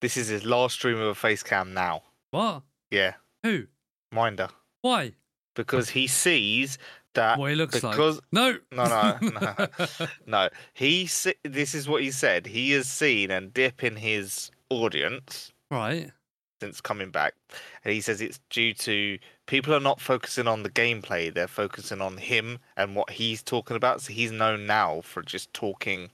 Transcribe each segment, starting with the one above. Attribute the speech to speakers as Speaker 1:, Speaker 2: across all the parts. Speaker 1: This is his last stream of a face cam now.
Speaker 2: What?
Speaker 1: Yeah,
Speaker 2: Who?
Speaker 1: Minder.
Speaker 2: Why?
Speaker 1: Because he sees that.
Speaker 2: What he looks
Speaker 1: Uh, because-
Speaker 2: like? No.
Speaker 1: No, no, no. no, he. Se- this is what he said. He has seen a dip in his audience
Speaker 2: right.
Speaker 1: since coming back, and he says it's due to people are not focusing on the gameplay; they're focusing on him and what he's talking about. So he's known now for just talking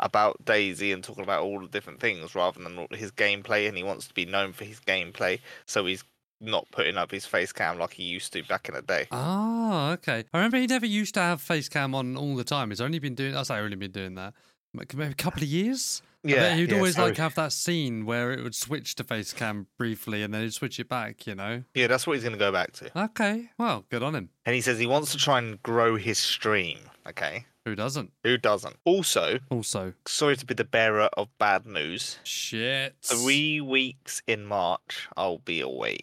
Speaker 1: about Daisy and talking about all the different things rather than all his gameplay, and he wants to be known for his gameplay. So he's not putting up his face cam like he used to back in the day.
Speaker 2: Ah, okay. I remember he never used to have face cam on all the time. He's only been doing. I say only been doing that. Maybe a couple of years. I bet he'd always
Speaker 1: so-
Speaker 2: like have that scene where it would switch to face cam briefly, and then he'd switch it back. You know.
Speaker 1: yeah, that's what he's going to go back to.
Speaker 2: Okay. Well, good on him.
Speaker 1: And he says he wants to try and grow his stream. Okay.
Speaker 2: Who doesn't?
Speaker 1: Who doesn't? Also,
Speaker 2: Also,
Speaker 1: sorry to be the bearer of bad news.
Speaker 2: shit.
Speaker 1: Three weeks in March, I'll be away.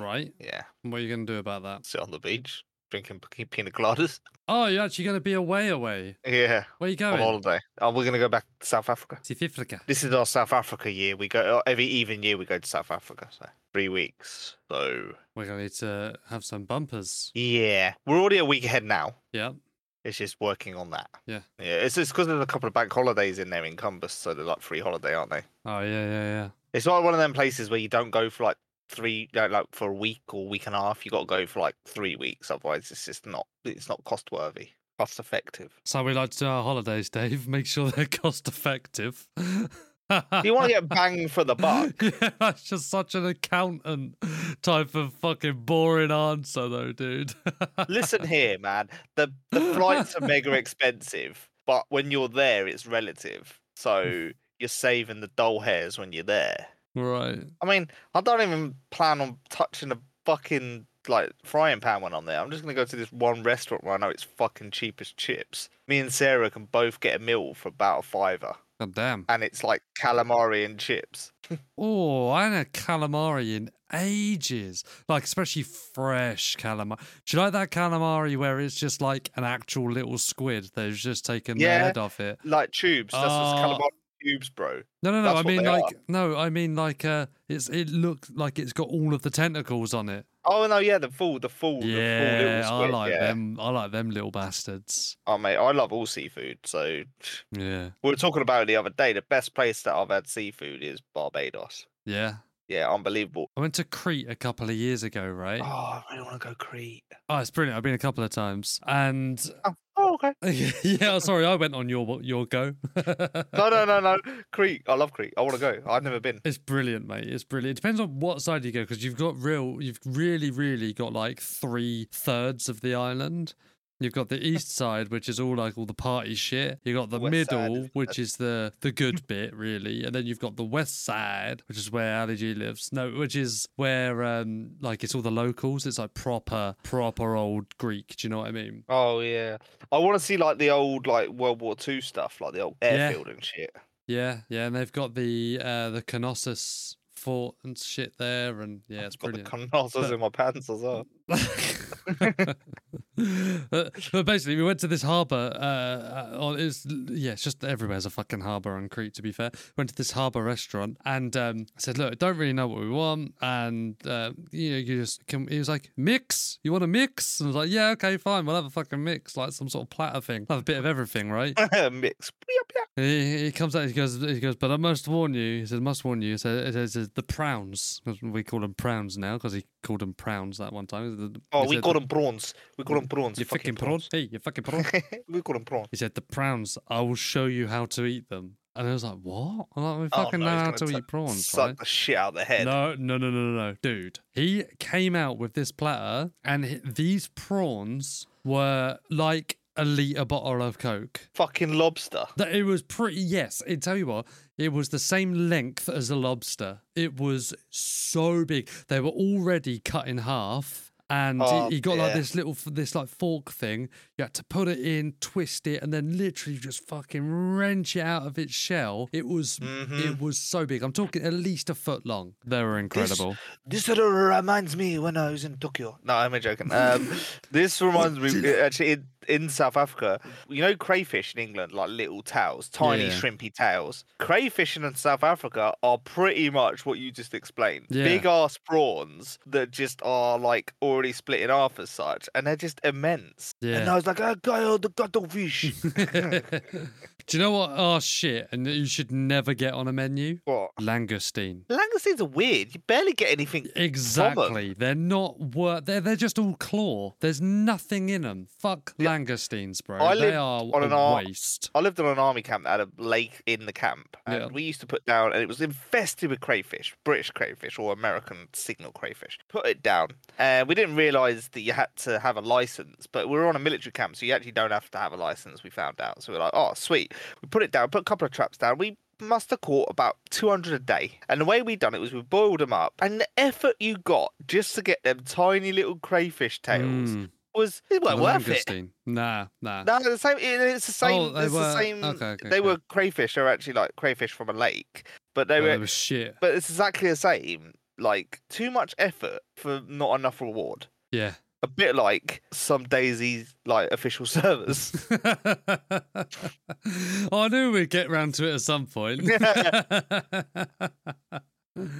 Speaker 2: Right.
Speaker 1: Yeah.
Speaker 2: What are you going to do about that?
Speaker 1: Sit on the beach, drinking p- pina coladas.
Speaker 2: Oh, you're actually going to be away, away.
Speaker 1: Yeah.
Speaker 2: Where are you
Speaker 1: On
Speaker 2: going?
Speaker 1: holiday. Oh, we're going to go back to South Africa.
Speaker 2: South Africa.
Speaker 1: This is our South Africa year. We go uh, every even year, we go to South Africa. So three weeks. So,
Speaker 2: We're going to need to have some bumpers.
Speaker 1: yeah. We're already a week ahead now.
Speaker 2: Yeah.
Speaker 1: It's just working on that.
Speaker 2: Yeah.
Speaker 1: Yeah. It's just because there's a couple of bank holidays in there encompassed. So they're like free holiday, aren't they?
Speaker 2: Oh, yeah, yeah, yeah.
Speaker 1: It's not one of them places where you don't go for like three, like like, for a week or week and a half. You got to go for like three weeks. Otherwise, it's just not. It's not cost worthy, cost effective.
Speaker 2: So we like to do our holidays, Dave. Make sure they're cost effective.
Speaker 1: Do you want to get bang for the buck?
Speaker 2: yeah, that's just such an accountant type of fucking boring answer, though, dude.
Speaker 1: Listen here, man. The the flights are mega expensive, but when you're there, it's relative. So you're saving the doll hairs when you're there.
Speaker 2: right.
Speaker 1: I mean, I don't even plan on touching a fucking like frying pan when I'm there. I'm just gonna go to this one restaurant where I know it's fucking cheap as chips. Me and Sarah can both get a meal for about a fiver,
Speaker 2: God damn.
Speaker 1: and it's like calamari and chips.
Speaker 2: Oh, I haven't had calamari in ages. Like, especially fresh calamari. Do you like that calamari where it's just like an actual little squid? They've just taken the
Speaker 1: Yeah.
Speaker 2: head off it.
Speaker 1: Like tubes. That's what's
Speaker 2: Ah.
Speaker 1: calamari tubes, bro.
Speaker 2: No, no, no.
Speaker 1: That's
Speaker 2: I
Speaker 1: what
Speaker 2: mean,
Speaker 1: they are.
Speaker 2: like, no, I mean, like, uh, it's it looks like it's got all of the tentacles on it.
Speaker 1: Oh no, yeah, the full, the full, the full
Speaker 2: yeah,
Speaker 1: little
Speaker 2: I
Speaker 1: squid.
Speaker 2: like
Speaker 1: yeah.
Speaker 2: them. I like them little bastards.
Speaker 1: Oh mate, I love all seafood. So
Speaker 2: Yeah,
Speaker 1: we were talking about it the other day. The best place that I've had seafood is Barbados.
Speaker 2: yeah.
Speaker 1: Yeah, unbelievable.
Speaker 2: I went to Crete a couple of years ago, right?
Speaker 1: Oh,
Speaker 2: Oh,
Speaker 1: I really want to go Crete.
Speaker 2: it's brilliant. I've been a couple of times, and
Speaker 1: Oh, okay.
Speaker 2: yeah, sorry, I went on your your go.
Speaker 1: no, no, no, no. Crete. I love Crete. I want to go. I've never been.
Speaker 2: It's brilliant, mate. It's brilliant. It depends on what side you go because you've got real, you've really, really got like three thirds of the island. You've got the east side, which is all like all the party shit. You've got the
Speaker 1: West side
Speaker 2: middle,
Speaker 1: is-
Speaker 2: which is the the good bit, really, and then you've got the west side, which is where Ali G lives. No, which is where um like it's all the locals. It's like proper, proper old Greek. Do you know what I mean?
Speaker 1: Oh yeah, I want to see like the old like World War Two stuff, like the old airfield and shit.
Speaker 2: Yeah, yeah. And they've got the uh the Knossos fort and shit there, and yeah, it's
Speaker 1: Got the
Speaker 2: brilliant.
Speaker 1: Connors in my pants as well.
Speaker 2: but, but basically, we went to this harbour. Uh, on, it's yeah, it's just everywhere's a fucking harbour on Crete. To be fair, went to this harbour restaurant and um, I said, "Look, don't really know what we want." And uh, you know, you just can, he was like, "Mix, you want a mix?" And I was like, "Yeah, okay, fine, we'll have a fucking mix, like some sort of platter thing, have a bit of everything, right?"
Speaker 1: Mix. Yup, yup.
Speaker 2: He, he comes out. He goes. He goes. But I must warn you. He says. Must warn you. He says. He says the prawns. 'cause We call them prawns now because he called them prawns that one time. He said the-
Speaker 1: Oh,
Speaker 2: he
Speaker 1: we
Speaker 2: said
Speaker 1: call
Speaker 2: the-
Speaker 1: them prawns. We call them prawns.
Speaker 2: You fucking prawn. Hey, you fucking prawn.
Speaker 1: prawns. we call them prawns.
Speaker 2: he said the prawns. I will show you how to eat them. And I was like, what? I'm like, we
Speaker 1: Oh,
Speaker 2: fucking
Speaker 1: no,
Speaker 2: know
Speaker 1: he's
Speaker 2: how
Speaker 1: gonna
Speaker 2: to
Speaker 1: ta-
Speaker 2: eat prawns,
Speaker 1: Suck
Speaker 2: right?
Speaker 1: the shit out of the head.
Speaker 2: No, no, no, no, no, no, dude. He came out with this platter, and h- these prawns were like a liter bottle of Coke.
Speaker 1: Fucking lobster.
Speaker 2: That it was pretty. Yes, I tell you what, it was the same length as a lobster. It was so big. They were already cut in half, and
Speaker 1: Oh,
Speaker 2: he, he got like
Speaker 1: dear.
Speaker 2: this little f- this like fork thing. You had to put it in, twist it, and then literally just fucking wrench it out of its shell. It was
Speaker 1: Mm-hmm.
Speaker 2: it was so big. I'm talking at least a foot long. They were incredible.
Speaker 1: This sort of reminds me when I was in Tokyo. No, I'm joking. Um, this reminds me actually in, in South Africa. You know crayfish in England, like little tails, tiny
Speaker 2: Yeah.
Speaker 1: shrimpy tails. Crayfish in South Africa are pretty much what you just explained.
Speaker 2: Yeah.
Speaker 1: Big ass prawns that just are like already split in half as such, and they're just immense. And
Speaker 2: Yeah.
Speaker 1: I was like, I got the cuttlefish.
Speaker 2: Do you know what? Oh shit! And that you should never get on a menu.
Speaker 1: what?
Speaker 2: Langoustine.
Speaker 1: Langoustines are weird. You barely get anything.
Speaker 2: Exactly. They're not worth. They're they're just all claw. There's nothing in them. Fuck langoustines, bro.
Speaker 1: I
Speaker 2: they
Speaker 1: lived
Speaker 2: are
Speaker 1: on an
Speaker 2: a
Speaker 1: ar-
Speaker 2: waste.
Speaker 1: I lived on an army camp that had a lake in the camp, and
Speaker 2: Yeah.
Speaker 1: we used to put down, and it was infested with crayfish, British crayfish or American signal crayfish. Put it down, and we didn't realise that you had to have a license, but we were on a military camp, so you actually don't have to have a license. We found out, so we're like, oh sweet. We put it down, put a couple of traps down. We must have caught about 200 a day and the way we done it was we boiled them up and the effort you got just to get them tiny little crayfish tails
Speaker 2: Mm,
Speaker 1: was it weren't
Speaker 2: the
Speaker 1: worth it
Speaker 2: langoustine. Nah, nah.
Speaker 1: no, they're the same. it- It's the same.
Speaker 2: Oh, they
Speaker 1: it's
Speaker 2: were-
Speaker 1: the same.
Speaker 2: okay, okay,
Speaker 1: they
Speaker 2: okay.
Speaker 1: were crayfish. They're actually like crayfish from a lake, but they
Speaker 2: Oh,
Speaker 1: were.
Speaker 2: that was shit.
Speaker 1: But it's exactly the same. Like too much effort for not enough reward.
Speaker 2: Yeah.
Speaker 1: A bit like some Daisy's like official service.
Speaker 2: I knew we'd get round to it at some point.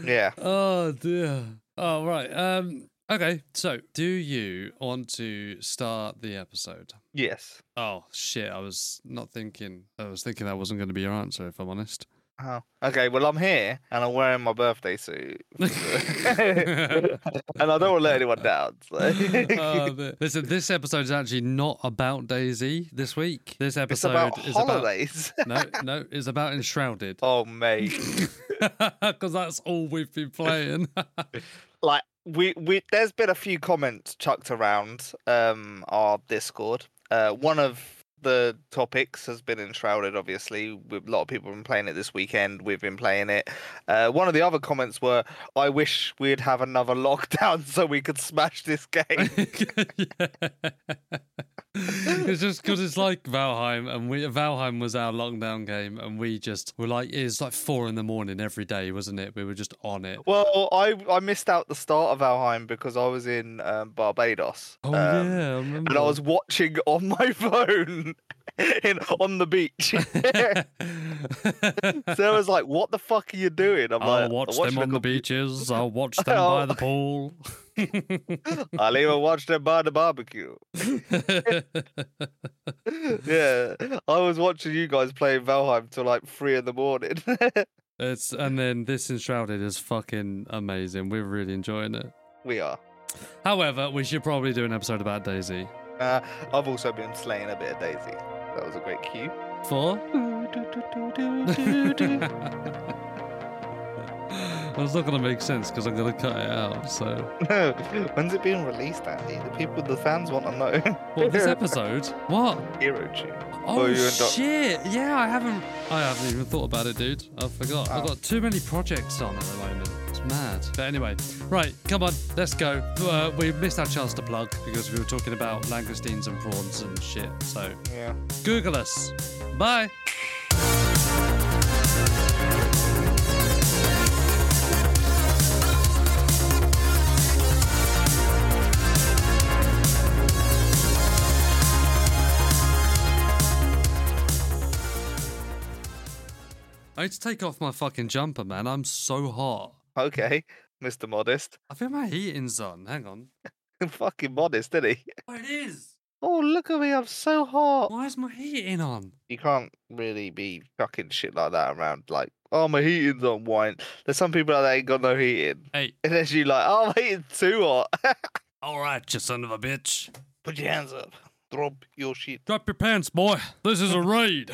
Speaker 1: yeah.
Speaker 2: oh dear. Oh right. Um. Okay. So, do you want to start the episode?
Speaker 1: Yes.
Speaker 2: Oh shit! I was not thinking. I was thinking that wasn't going to be your answer, if I'm honest.
Speaker 1: Oh. Okay. Well, I'm here and I'm wearing my birthday suit, and I don't want to let anyone down. So.
Speaker 2: Oh, but- listen, this episode is actually not about Daisy this week. This
Speaker 1: it's
Speaker 2: episode
Speaker 1: about
Speaker 2: is
Speaker 1: holidays.
Speaker 2: about no, no, it's about enshrouded
Speaker 1: oh mate.
Speaker 2: because that's all we've been playing.
Speaker 1: like we we there's been a few comments chucked around um our discord uh one of the topics has been enshrouded obviously with a lot of people have been playing it this weekend we've been playing it uh one of the other comments were i wish we'd have another lockdown so we could smash this game
Speaker 2: It's just because it's like Valheim, and we Valheim was our lockdown game, and we just were like, it's like four in the morning every day, wasn't it? We were just on it.
Speaker 1: well i i missed out the start of valheim because i was in um, barbados
Speaker 2: Oh
Speaker 1: um,
Speaker 2: yeah, I remember.
Speaker 1: and i was watching on my phone in, on the beach So I was like, "What the fuck are you doing?" I'm
Speaker 2: I'll
Speaker 1: like,
Speaker 2: watch
Speaker 1: "I watch
Speaker 2: them on the beaches. I'll watch them by
Speaker 1: I'll-
Speaker 2: the pool.
Speaker 1: com- I'll even watch them by the barbecue." yeah, I was watching you guys playing Valheim till like three in the morning.
Speaker 2: it's and then this enshrouded is fucking amazing. We're really enjoying it.
Speaker 1: we are.
Speaker 2: However, we should probably do an episode about Daisy.
Speaker 1: Uh, I've also been slaying a bit of Daisy. That was a great cue.
Speaker 2: Four. Well, it's not going to make sense because I'm going to cut it out. So,
Speaker 1: When's it being released, Andy? The people, the fans want to know.
Speaker 2: what this episode? What?
Speaker 1: Hero tune.
Speaker 2: Oh
Speaker 1: you and Doc-
Speaker 2: shit! Yeah, I haven't. I haven't even thought about it, dude. I forgot. I've
Speaker 1: Oh.
Speaker 2: got too many projects on at the moment. It's mad. But anyway, right, come on, let's go. Uh, we missed our chance to plug because we were talking about langoustines and prawns and shit. So
Speaker 1: Yeah.
Speaker 2: Google us. Bye. I need to take off my fucking jumper, man. I'm so hot.
Speaker 1: Okay, Mr. Modest.
Speaker 2: I think my heating's on. Hang on.
Speaker 1: Fucking modest, didn't he?
Speaker 2: Oh, it is.
Speaker 1: Oh, look at me! I'm so hot.
Speaker 2: Why is my heating on?
Speaker 1: you can't really be chucking shit like that around. Like, oh, my heating's on wine. There's some people out there ain't got no heating.
Speaker 2: Hey,
Speaker 1: And then you like, oh, my heating's too hot.
Speaker 2: all right, you son of a bitch.
Speaker 1: Put your hands up. Drop your shit.
Speaker 2: Drop your pants, boy. This is a raid.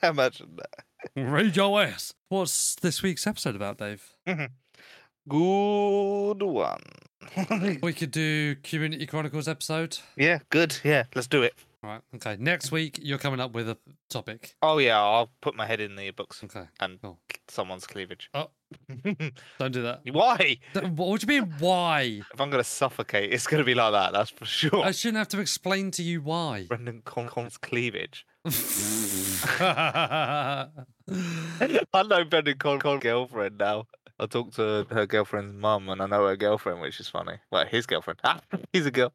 Speaker 1: Imagine that.
Speaker 2: raid your ass. What's this week's episode about, Dave?
Speaker 1: Good one.
Speaker 2: We could do Community Chronicles episode.
Speaker 1: yeah, good. Yeah, let's do it.
Speaker 2: All right. Okay. Next week, you're coming up with a topic.
Speaker 1: Oh yeah, I'll put my head in the books.
Speaker 2: Okay.
Speaker 1: And-
Speaker 2: Cool.
Speaker 1: Someone's cleavage.
Speaker 2: Oh, Don't do that.
Speaker 1: Why?
Speaker 2: Don't- What do you mean? Why?
Speaker 1: If I'm gonna suffocate, it's gonna be like that. That's for sure.
Speaker 2: I shouldn't have to explain to you why.
Speaker 1: Brendan Con- Con's cleavage.
Speaker 2: That's
Speaker 1: I know Brendan Con- Con's girlfriend now. I talked to her girlfriend's mum, and I know her girlfriend, which is funny. Well, his girlfriend. Ah, he's a girl.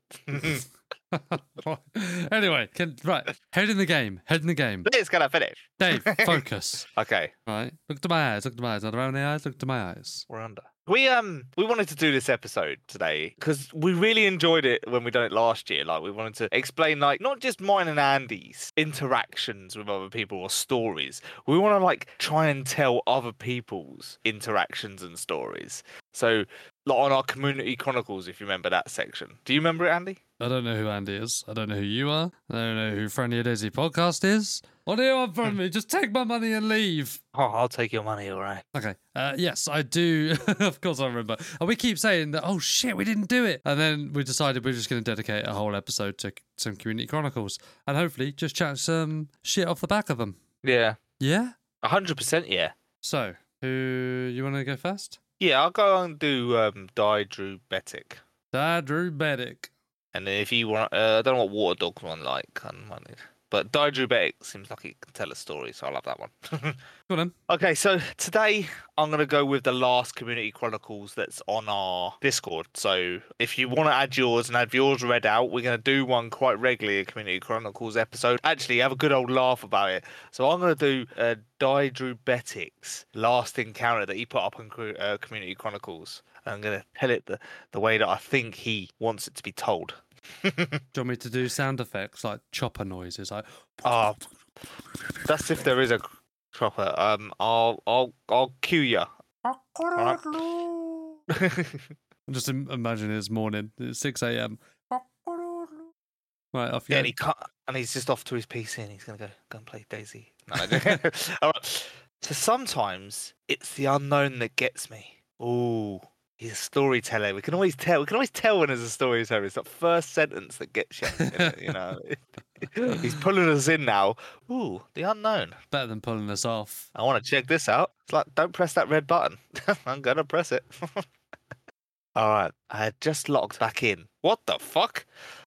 Speaker 2: anyway, can, right. Head in the game. Head in the game.
Speaker 1: Let's get a finish.
Speaker 2: Dave, focus.
Speaker 1: Okay,
Speaker 2: Right. Look to my eyes. Look to my eyes. Not around the eyes. Look to my eyes.
Speaker 1: we're under. We um we wanted to do this episode today because we really enjoyed it when we done it last year. Like we wanted to explain like not just mine and Andy's interactions with other people or stories. We want to like try and tell other people's interactions and stories. So like on our community chronicles, if you remember that section. Do you remember it, Andy?
Speaker 2: I don't know who Andy is. I don't know who you are. I don't know who Friendly Daisy podcast is. What do you want from me? Just take my money and leave.
Speaker 1: Oh, I'll take your money, all right.
Speaker 2: Okay. Uh, yes, I do. of course, I remember. And we keep saying that. Oh shit, we didn't do it. And then we decided we're just going to dedicate a whole episode to c- some community chronicles and hopefully just chat some shit off the back of them.
Speaker 1: Yeah,
Speaker 2: Yeah.
Speaker 1: hundred percent. Yeah,
Speaker 2: So, who you want to go first?
Speaker 1: yeah. I'll go and do um, Die Drew Betic.
Speaker 2: Dadru Medic.
Speaker 1: And then if you want, uh, I don't know what water dog one like, I might need, but Didrubetic seems like it can tell a story, so I love that one.
Speaker 2: Go on. Then.
Speaker 1: okay, so today I'm gonna go with the last Community Chronicles that's on our Discord. So if you want to add yours and have yours read out, we're gonna do one quite regularly, a Community Chronicles episode. Actually, have a good old laugh about it. So I'm gonna do uh, Didrubetic's last encounter that he put up on Cru- uh, Community Chronicles. I'm gonna tell it the the way that I think he wants it to be told.
Speaker 2: Do you want me to do sound effects like chopper noises? Like
Speaker 1: Ah, that's if there is a chopper. Um, I'll I'll I'll cue you.
Speaker 2: just im- imagine it's morning, it's six a.m. Right off you
Speaker 1: Yeah,
Speaker 2: go.
Speaker 1: and he can't, and he's just off to his PC, and he's gonna go go and play Daisy. No, I don't- All right. So sometimes it's the unknown that gets me. Ooh, he's a storyteller. We can always tell. We can always tell when there's a storyteller. It's that first sentence that gets you. innit, You know, he's pulling us in now. Ooh, the unknown.
Speaker 2: Better than pulling us off.
Speaker 1: I want to check this out. It's like, don't press that red button. I'm going to press it. All right. I had just logged back in. What the fuck?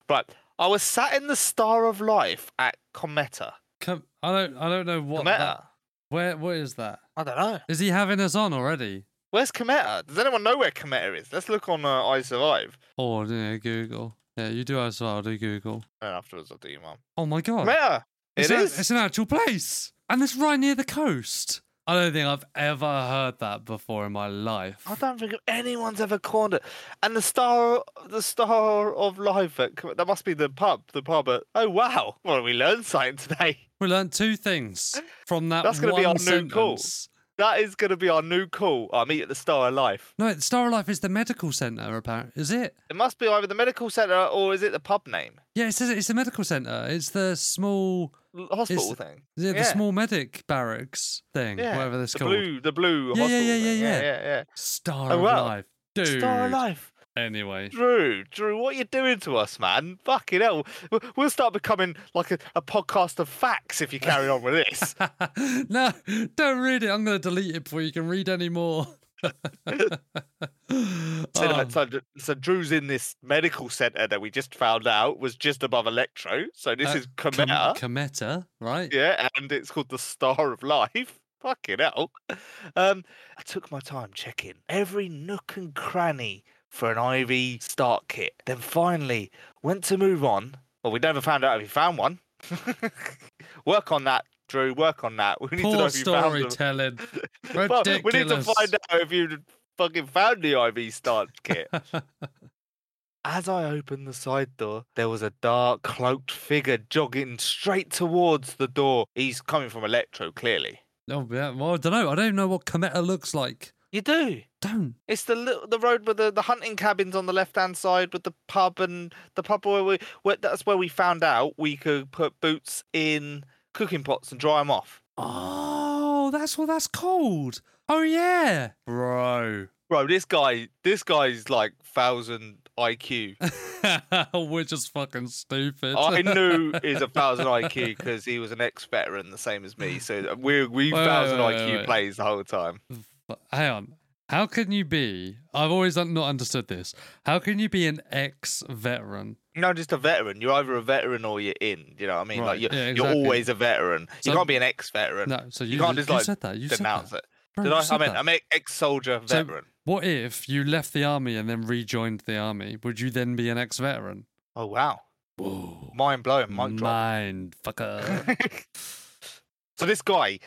Speaker 1: Right. I was sat in the Star of Life at Cometa.
Speaker 2: Come, I don't, I don't know what.
Speaker 1: Cometa?
Speaker 2: that- where, what is that?
Speaker 1: I don't know.
Speaker 2: Is he having us on already?
Speaker 1: Where's Cometa? Does anyone know where Cometa is? Let's look on uh, I Survive.
Speaker 2: Or yeah, Google. Yeah, you do as well. I'll do Google.
Speaker 1: And afterwards, I'll do your mum.
Speaker 2: Oh my god!
Speaker 1: Cometa! It
Speaker 2: it's
Speaker 1: is.
Speaker 2: a- it's an actual place, and it's right near the coast. I don't think I've ever heard that before in my life.
Speaker 1: I don't think anyone's ever cornered it. And the star, the star of life at Com- that must be the pub, the pub at. Oh wow! Well, we learned something today.
Speaker 2: We learned two things from that.
Speaker 1: That's
Speaker 2: going
Speaker 1: gonna
Speaker 2: to
Speaker 1: be our new call.
Speaker 2: sentence.
Speaker 1: That is going to be our new call. I meet at the Star of Life.
Speaker 2: No, the Star of Life is the medical centre, apparently. Is it?
Speaker 1: It must be either the medical centre or is it the pub name?
Speaker 2: Yeah, it says it's the medical centre. It's the small,
Speaker 1: L- Hospital thing.
Speaker 2: yeah, the
Speaker 1: Yeah.
Speaker 2: small medic barracks thing,
Speaker 1: Yeah.
Speaker 2: whatever that's
Speaker 1: the
Speaker 2: called.
Speaker 1: blue, the blue
Speaker 2: Yeah, yeah,
Speaker 1: hospital.
Speaker 2: yeah, yeah,
Speaker 1: thing.
Speaker 2: yeah.
Speaker 1: yeah, yeah.
Speaker 2: Star
Speaker 1: Oh,
Speaker 2: of
Speaker 1: wow.
Speaker 2: Life, dude.
Speaker 1: Star of Life.
Speaker 2: Anyway,
Speaker 1: Drew, Drew, what are you doing to us, man? Fucking hell. W- We'll start becoming like a, a podcast of facts if you carry on with this.
Speaker 2: no, don't read it. I'm going to delete it before you can read any more.
Speaker 1: So, no,
Speaker 2: Oh,
Speaker 1: so, so Drew's in this medical centre that we just found out was just above Electro. So this
Speaker 2: Uh,
Speaker 1: is
Speaker 2: Com-
Speaker 1: Cometa.
Speaker 2: Cometa, right?
Speaker 1: Yeah, and it's called the Star of Life. Fucking hell. Um, I took my time checking every nook and cranny for an IV start kit. Then finally went to move on. Well, we never found out if he found one. work on that, Drew. Work on that. We need to know
Speaker 2: Poor
Speaker 1: if you found them.
Speaker 2: storytelling.
Speaker 1: Well, we need to
Speaker 2: Ridiculous.
Speaker 1: find out if you fucking found the IV start kit. As I opened the side door, there was a dark, cloaked figure jogging straight towards the door. He's coming from Electro, clearly.
Speaker 2: Oh, yeah. Well, I don't know. I don't know what Cometa looks like.
Speaker 1: You do.
Speaker 2: Don't.
Speaker 1: It's the li- the road with the, the hunting cabins on the left hand side with the pub and the pub where we where, that's where we found out we could put boots in cooking pots and dry them off.
Speaker 2: Oh, that's what that's called. Oh yeah, bro.
Speaker 1: Bro, this guy this guy's like thousand IQ.
Speaker 2: We're just fucking stupid.
Speaker 1: I knew he's a thousand IQ because he was an ex veteran, the same as me. So uh, we we
Speaker 2: Hmm. Wait, wait,
Speaker 1: thousand
Speaker 2: wait, wait,
Speaker 1: IQ
Speaker 2: wait.
Speaker 1: plays the whole time.
Speaker 2: But Hang on. How can you be? I've always un- not understood this. How can you be an ex-veteran?
Speaker 1: No, just a veteran. You're either a veteran or you're in. You know what I mean?
Speaker 2: Right,
Speaker 1: Like you're,
Speaker 2: yeah,
Speaker 1: you're
Speaker 2: exactly.
Speaker 1: always a veteran.
Speaker 2: So-
Speaker 1: you can't be an ex-veteran.
Speaker 2: No, so you,
Speaker 1: you, can't just
Speaker 2: you
Speaker 1: like
Speaker 2: said that. You said
Speaker 1: denounce
Speaker 2: that.
Speaker 1: it.
Speaker 2: Bro,
Speaker 1: Did
Speaker 2: you
Speaker 1: I?
Speaker 2: said
Speaker 1: I mean,
Speaker 2: that.
Speaker 1: I'm an ex-soldier
Speaker 2: So-
Speaker 1: veteran.
Speaker 2: What if you left the army and then rejoined the army? Would you then be an ex-veteran?
Speaker 1: oh wow,
Speaker 2: Whoa,
Speaker 1: mind blowing. Mic drop.
Speaker 2: mind fucker.
Speaker 1: so this guy,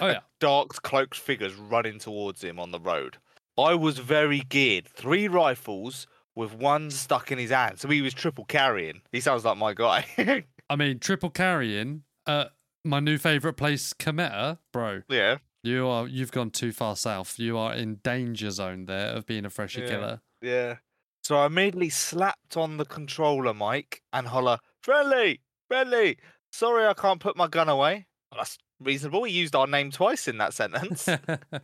Speaker 2: oh yeah,
Speaker 1: dark cloaked figures running towards him on the road. I was very geared. Three rifles with one stuck in his hand. So he was triple carrying. He sounds like my guy.
Speaker 2: I mean triple carrying. Uh, my new favorite place, Cometa, bro.
Speaker 1: yeah.
Speaker 2: You are you've gone too far south. You are in danger zone there of being a fresher
Speaker 1: Yeah.
Speaker 2: killer.
Speaker 1: Yeah. So I immediately slapped on the controller mic and holler, Friendly, friendly, sorry I can't put my gun away. Well, that's reasonable. He used our name twice in that sentence.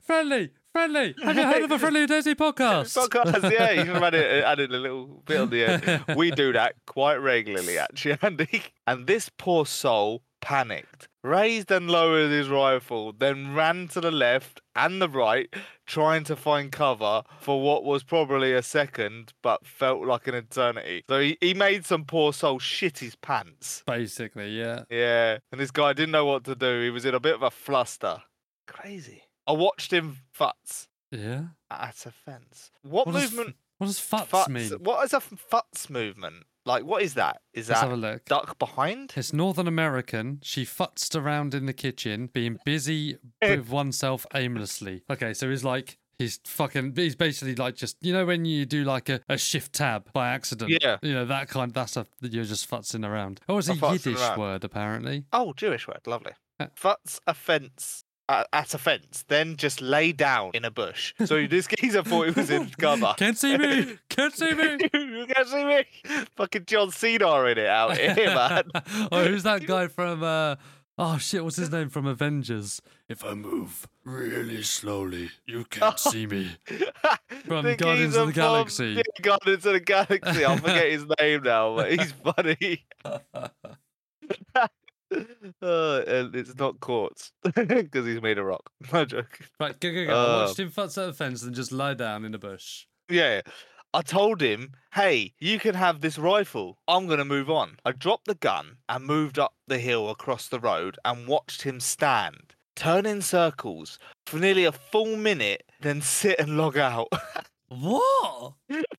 Speaker 2: friendly, friendly. Have you heard of a friendly who does the podcast?
Speaker 1: Podcast, yeah, he even added, added uh, a little bit on the end. We do that quite regularly, actually, Andy. And this poor soul panicked, raised and lowered his rifle, then ran to the left and the right, trying to find cover for what was probably a second, but felt like an eternity. So he, he made some poor soul shit his pants.
Speaker 2: Basically, yeah.
Speaker 1: Yeah, and this guy didn't know what to do. He was in a bit of a fluster. Crazy. I watched him futz
Speaker 2: Yeah.
Speaker 1: at a fence. What,
Speaker 2: What does
Speaker 1: movement?
Speaker 2: What does futz,
Speaker 1: Futz-
Speaker 2: mean?
Speaker 1: What is a f- futz movement? Like, what is that? Is
Speaker 2: Let's
Speaker 1: that
Speaker 2: have a look.
Speaker 1: duck behind?
Speaker 2: It's Northern American. She futzed around in the kitchen, being busy with oneself aimlessly. Okay, so he's like, he's fucking, he's basically like just, you know, when you do like a, a shift tab by accident.
Speaker 1: Yeah.
Speaker 2: You know, that kind, that's a, you're just futzing around. Oh, it's a
Speaker 1: I'm futzing
Speaker 2: Yiddish
Speaker 1: around.
Speaker 2: word, apparently.
Speaker 1: Oh, Jewish word. Lovely.
Speaker 2: Uh.
Speaker 1: Futz a fence. Uh, at a fence, then just lay down in a bush. So this geezer thought he was in cover.
Speaker 2: Can't see me! Can't see me!
Speaker 1: you can see me. Fucking John Cena in it out here, man.
Speaker 2: oh, who's that guy from? Uh, oh shit, what's his name from Avengers? If I move really slowly, you can't see me. From Guardians
Speaker 1: geezer
Speaker 2: of the
Speaker 1: from-
Speaker 2: Galaxy.
Speaker 1: yeah, Guardians of the Galaxy. I forget his name now, but he's funny. Uh, and it's not Quartz because he's made a rock. No joke.
Speaker 2: Right, go go go. I
Speaker 1: Uh,
Speaker 2: watched him futz at a fence and just lie down in a bush.
Speaker 1: Yeah. I told him, hey, you can have this rifle. I'm going to move on. I dropped the gun and moved up the hill across the road and watched him stand, turn in circles for nearly a full minute, then sit and log out.
Speaker 2: What?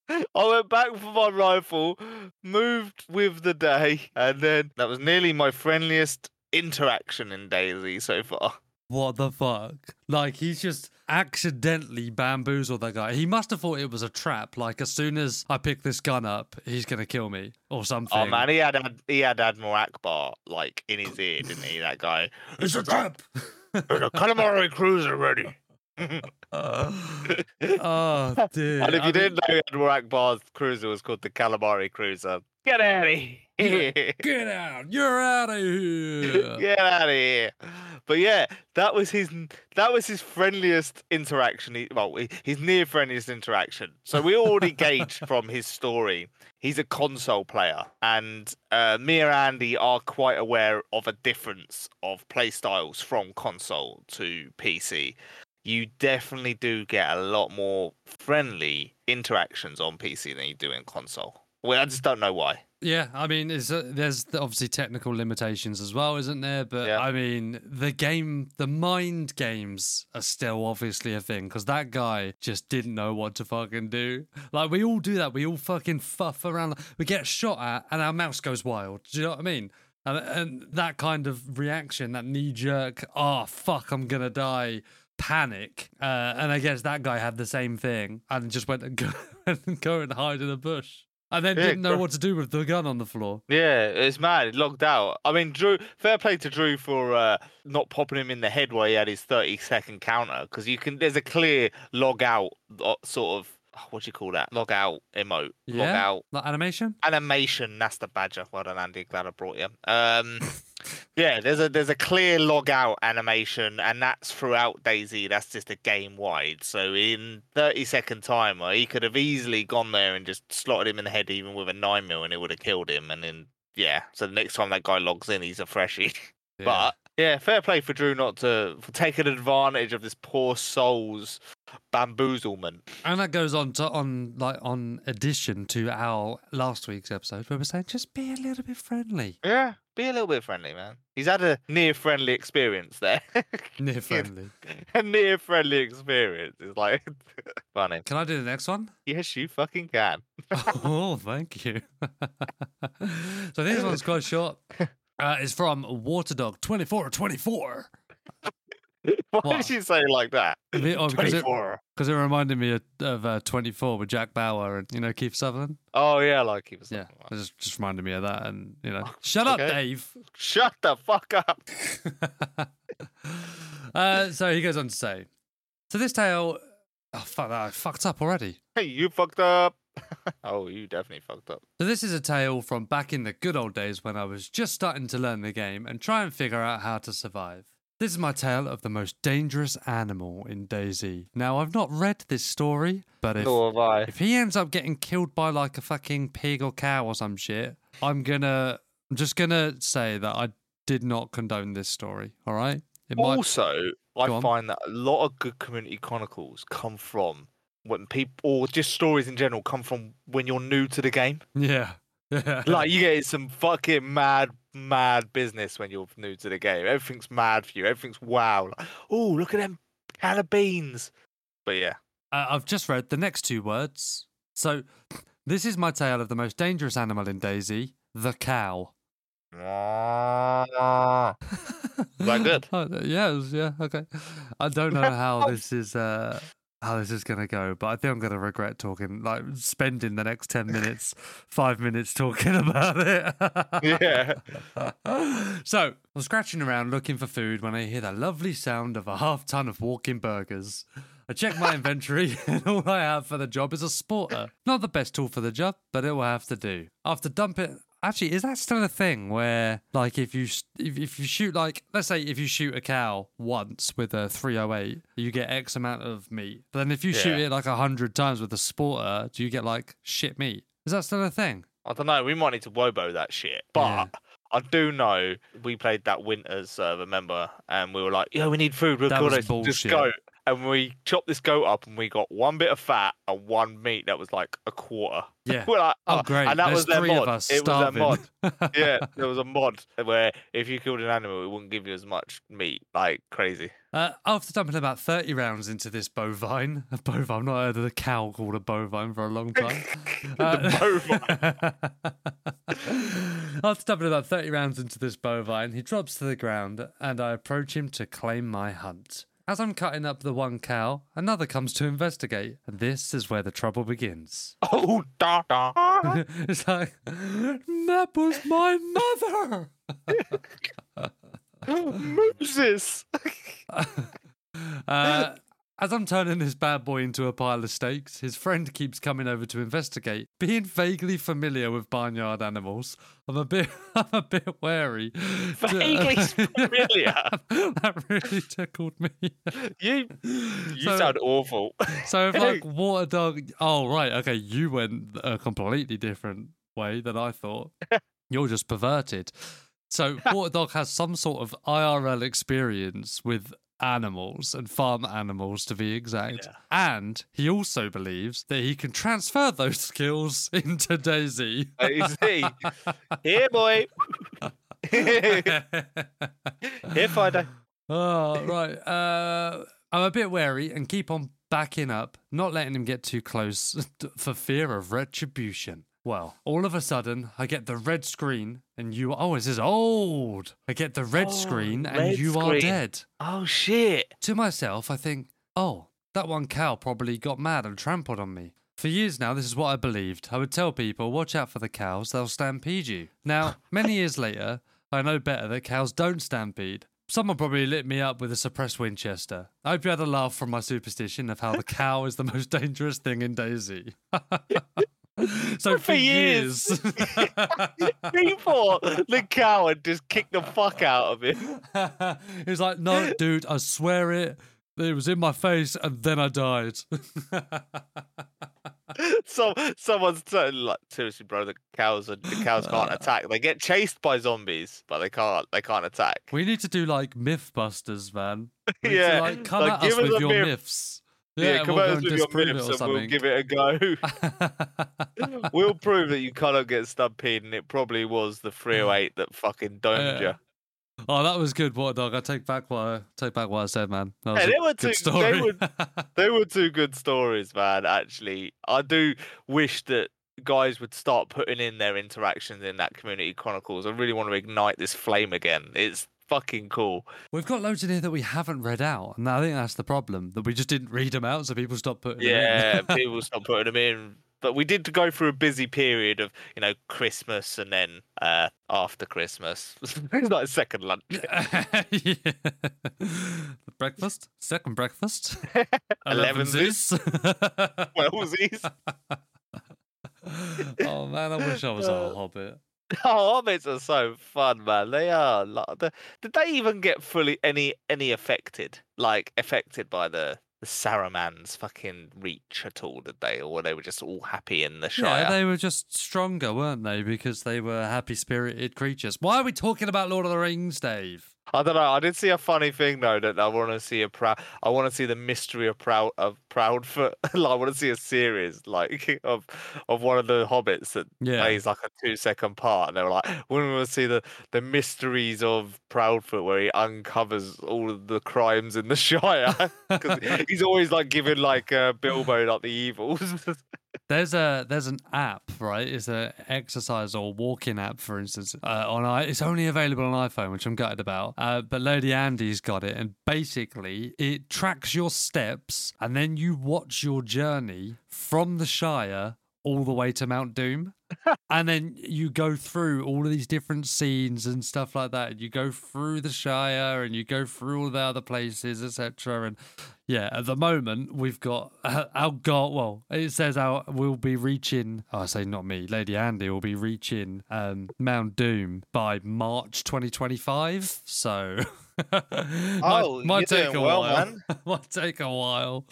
Speaker 1: I went back for my rifle, moved with the day, and then that was nearly my friendliest interaction in Daisy so far.
Speaker 2: What the fuck? Like he's just accidentally bamboozled that guy. He must have thought it was a trap. Like as soon as I pick this gun up, he's gonna kill me or something.
Speaker 1: Oh man, he had, Ad- he had Admiral Akbar like in his ear, didn't he? That guy.
Speaker 2: it's a trap.
Speaker 1: The Calamari cruiser ready.
Speaker 2: oh dude.
Speaker 1: And if
Speaker 2: I
Speaker 1: you
Speaker 2: mean-
Speaker 1: didn't know Admiral Akbar's cruiser was called the Calamari Cruiser, get out of here.
Speaker 2: Get out! You're out of here!
Speaker 1: get out of here. But yeah, that was his that was his friendliest interaction. he- Well, he- his near friendliest interaction. So we already gauged from his story. He's a console player, and uh, me and Andy are quite aware of a difference of playstyles from console to PC. You definitely do get a lot more friendly interactions on PC than you do in console. Well, I just don't know why.
Speaker 2: Yeah, I mean, it's uh there's the- obviously technical limitations as well, isn't there? But
Speaker 1: Yeah.
Speaker 2: I mean, the game, the mind games are still obviously a thing because that guy just didn't know what to fucking do. Like, we all do that. We all fucking fuff around. We get shot at and our mouse goes wild. Do you know what I mean? And, and that kind of reaction, that knee jerk, oh, fuck, I'm going to die panic. Uh, and I guess that guy had the same thing and just went and go, and go and hide in a bush. And then
Speaker 1: Yeah,
Speaker 2: didn't know
Speaker 1: correct.
Speaker 2: what to do with the gun on the floor.
Speaker 1: Yeah, it's mad. It logged out. I mean, Drew. Fair play to Drew for uh, not popping him in the head while he had his thirty-second counter, because you can. There's a clear log out uh, sort of. oh, What do you call that? Log out emote. Log
Speaker 2: Yeah.
Speaker 1: out
Speaker 2: Like animation?
Speaker 1: animation. That's the badger. Well done, Andy. Glad I brought you. Um, yeah, there's a there's a clear log out animation, and that's throughout Daisy. That's just a game wide. So in 30 second timer, he could have easily gone there and just slotted him in the head, even with a nine mil, and it would have killed him. And then yeah, so the next time that guy logs in, he's a freshie.
Speaker 2: Yeah.
Speaker 1: But yeah, fair play for Drew not to for taking advantage of this poor soul's bamboozlement.
Speaker 2: And that goes on to on like on addition to our last week's episode where we're saying just be a little bit friendly.
Speaker 1: Yeah, be a little bit friendly, man. He's had a near friendly experience there.
Speaker 2: Near friendly.
Speaker 1: a near friendly experience. It's like funny.
Speaker 2: Can I do the next one?
Speaker 1: Yes, you fucking can.
Speaker 2: oh, thank you. so this one's quite short. Uh, it's from Waterdog 24 or 24.
Speaker 1: Why
Speaker 2: What?
Speaker 1: did you say it like that?
Speaker 2: Oh, because it,
Speaker 1: Twenty-four.
Speaker 2: 'cause it reminded me of, of uh, 24 with Jack Bauer and, you know, Keith Sutherland.
Speaker 1: Oh yeah, like he was.
Speaker 2: Yeah,
Speaker 1: Yeah.
Speaker 2: it just, just reminded me of that. And, you know, shut up,
Speaker 1: Okay.
Speaker 2: Dave.
Speaker 1: Shut the fuck up.
Speaker 2: uh, so he goes on to say, so this tale, oh fuck, I fucked up already.
Speaker 1: Hey, you fucked up. oh, you definitely fucked up.
Speaker 2: So this is a tale from back in the good old days when I was just starting to learn the game and try and figure out how to survive. This is my tale of the most dangerous animal in Daisy. Now I've not read this story, but if
Speaker 1: Nor have I.
Speaker 2: if he ends up getting killed by like a fucking pig or cow or some shit, I'm gonna I'm just gonna say that I did not condone this story. All right, it might
Speaker 1: Also,
Speaker 2: Go
Speaker 1: I
Speaker 2: on.
Speaker 1: find that a lot of good community chronicles come from when people, or just stories in general, come from when you're new to the game.
Speaker 2: yeah. Yeah.
Speaker 1: Like you get some fucking mad, mad business when you're new to the game. Everything's mad for you. Everything's wow. Like, oh, look at them can of beans. But yeah,
Speaker 2: Uh, I've just read the next two words. So, this is my tale of the most dangerous animal in Daisy, the cow.
Speaker 1: that good?
Speaker 2: Oh, th- yeah, it was- yeah, okay. I don't know how this is. Uh, how this is gonna go, but I think I'm gonna regret talking, like spending the next ten minutes, five minutes talking about it.
Speaker 1: yeah.
Speaker 2: so I'm scratching around looking for food when I hear the lovely sound of a half ton of walking burgers. I check my inventory, and all I have for the job is a sporter. Not the best tool for the job, but it will have to do. After dumping, actually, is that still a thing where, like, if you s- if, if you shoot, like, let's say if you shoot a cow once with a 308, you get X amount of meat. But then if you shoot
Speaker 1: Yeah.
Speaker 2: it like a hundred times with a sporter, do you get like shit meat? Is that still a thing?
Speaker 1: I don't know. We might need to wobo that shit. But
Speaker 2: Yeah.
Speaker 1: I do know we played that winter server, remember? And we were like, yeah, we need food. We've
Speaker 2: That
Speaker 1: got
Speaker 2: was
Speaker 1: this, this
Speaker 2: bullshit.
Speaker 1: goat. And we chopped this goat up and we got one bit of fat and one meat that was like a quarter.
Speaker 2: Yeah.
Speaker 1: We're like,
Speaker 2: Oh, great!
Speaker 1: And that
Speaker 2: There's
Speaker 1: was their
Speaker 2: three
Speaker 1: mod.
Speaker 2: of us
Speaker 1: it
Speaker 2: starving.
Speaker 1: was their mod. yeah, there was a mod where if you killed an animal, it wouldn't give you as much meat. Like, crazy.
Speaker 2: Uh, after dumping about 30 rounds into this bovine, a bovine, I've not heard of the cow called a bovine for a long time. Uh, after dumping about 30 rounds into this bovine, he drops to the ground and I approach him to claim my hunt. As I'm cutting up the one cow, another comes to investigate, and this is where the trouble begins.
Speaker 1: Oh, da da.
Speaker 2: it's like, that was my mother!
Speaker 1: Moses.
Speaker 2: Uh, as I'm turning this bad boy into a pile of steaks, his friend keeps coming over to investigate. Being vaguely familiar with barnyard animals, I'm a bit, I'm a bit wary.
Speaker 1: Vaguely familiar?
Speaker 2: that really tickled me.
Speaker 1: You, you
Speaker 2: So-
Speaker 1: sound awful.
Speaker 2: So if like water dog, oh right, okay, you went a completely different way than I thought. You're just perverted. So water dog has some sort of IRL experience with animals and farm animals to be exact and he also believes that he can transfer those skills into daisy
Speaker 1: Is he? Here, boy. Here, Fido.
Speaker 2: Oh, right. Uh, I'm a bit wary and keep on backing up, not letting him get too close for fear of retribution. Well, all of a sudden, I get the red screen and you. Oh, this is old. I get the red
Speaker 1: Oh,
Speaker 2: screen and
Speaker 1: red
Speaker 2: you are
Speaker 1: screen.
Speaker 2: dead.
Speaker 1: Oh shit!
Speaker 2: To myself, I think, oh, that one cow probably got mad and trampled on me. For years now, this is what I believed. I would tell people, watch out for the cows, they'll stampede you. Now, many years later, I know better that cows don't stampede. Someone probably lit me up with a suppressed Winchester. I hope you had a laugh from my superstition of how the cow is the most dangerous thing in Daisy. so for,
Speaker 1: For years.
Speaker 2: years
Speaker 1: People, the cow had just kicked the fuck out of him.
Speaker 2: he was like, "No, dude, I swear it. It was in my face, and then I died."
Speaker 1: Some someone's t- like, seriously, bro. The cows, are, the cows can't attack. They get chased by zombies, but they can't. They can't attack.
Speaker 2: we need to do like MythBusters, man. We need to,
Speaker 1: Yeah,
Speaker 2: like come
Speaker 1: like,
Speaker 2: at us
Speaker 1: give us
Speaker 2: with
Speaker 1: a
Speaker 2: your
Speaker 1: myth.
Speaker 2: myths.
Speaker 1: Yeah,
Speaker 2: and
Speaker 1: come
Speaker 2: we'll
Speaker 1: at
Speaker 2: go
Speaker 1: us
Speaker 2: and
Speaker 1: with your
Speaker 2: disprove it
Speaker 1: myths
Speaker 2: or
Speaker 1: and we'll
Speaker 2: something.
Speaker 1: give it a go. we'll prove that you cannot get stumpede, and it probably was the 308 that fucking domed
Speaker 2: Yeah.
Speaker 1: you.
Speaker 2: oh, that was good, What Dog. I take back what I take back what I said, man. That was
Speaker 1: Yeah,
Speaker 2: a
Speaker 1: they were
Speaker 2: good
Speaker 1: too-
Speaker 2: story.
Speaker 1: they They were two good stories, man. Actually, I do wish that guys would start putting in their interactions in that community chronicles. I really want to ignite this flame again. It's fucking cool.
Speaker 2: We've got loads in here that we haven't read out, and I think that's the problem that we just didn't read them out, so people stopped putting. them in.
Speaker 1: Yeah, people start putting them in. But we did go through a busy period of, you know, Christmas and then uh, after Christmas. it's like second lunch.
Speaker 2: yeah. Breakfast, second breakfast,
Speaker 1: Eleven
Speaker 2: Elevensies.
Speaker 1: Wellsies.
Speaker 2: oh man, I wish I was a
Speaker 1: Uh,
Speaker 2: hobbit.
Speaker 1: Oh, hobbits are so fun, man. They are. Like, the, did they even get fully any any affected, like affected by the, the Saruman's fucking reach at all? Did they, or they were just all happy in the Shire?
Speaker 2: Yeah, they were just stronger, weren't they? Because they were happy spirited creatures. Why are we talking about Lord of the Rings, Dave?
Speaker 1: I don't know. I did see a funny thing though that I want to see a proud. I want to see the mystery of proud of Proudfoot. like, I want to see a series like of of one of the hobbits that
Speaker 2: Yeah.
Speaker 1: plays like a two second part, and they were like, "When we want to see the the mysteries of Proudfoot, where he uncovers all of the crimes in the Shire, because he's always like giving like uh, Bilbo like the evils."
Speaker 2: There's a there's an app, right? It's an exercise or walking app, for instance. Uh, on i it's only available on iPhone, which I'm gutted about. Uh, but Lady Andy's got it, and basically it tracks your steps, and then you watch your journey from the Shire all the way to Mount Doom. and then you go through all of these different scenes and stuff like that. You go through the Shire and you go through all the other places, etc. And yeah, at the moment we've got uh, our goal. Well, it says our we'll be reaching. Oh, I say not me, Lady Andy will be reaching um, Mount Doom by March 2025. So.
Speaker 1: Oh, you're doing well,
Speaker 2: while.
Speaker 1: man.
Speaker 2: might take a while.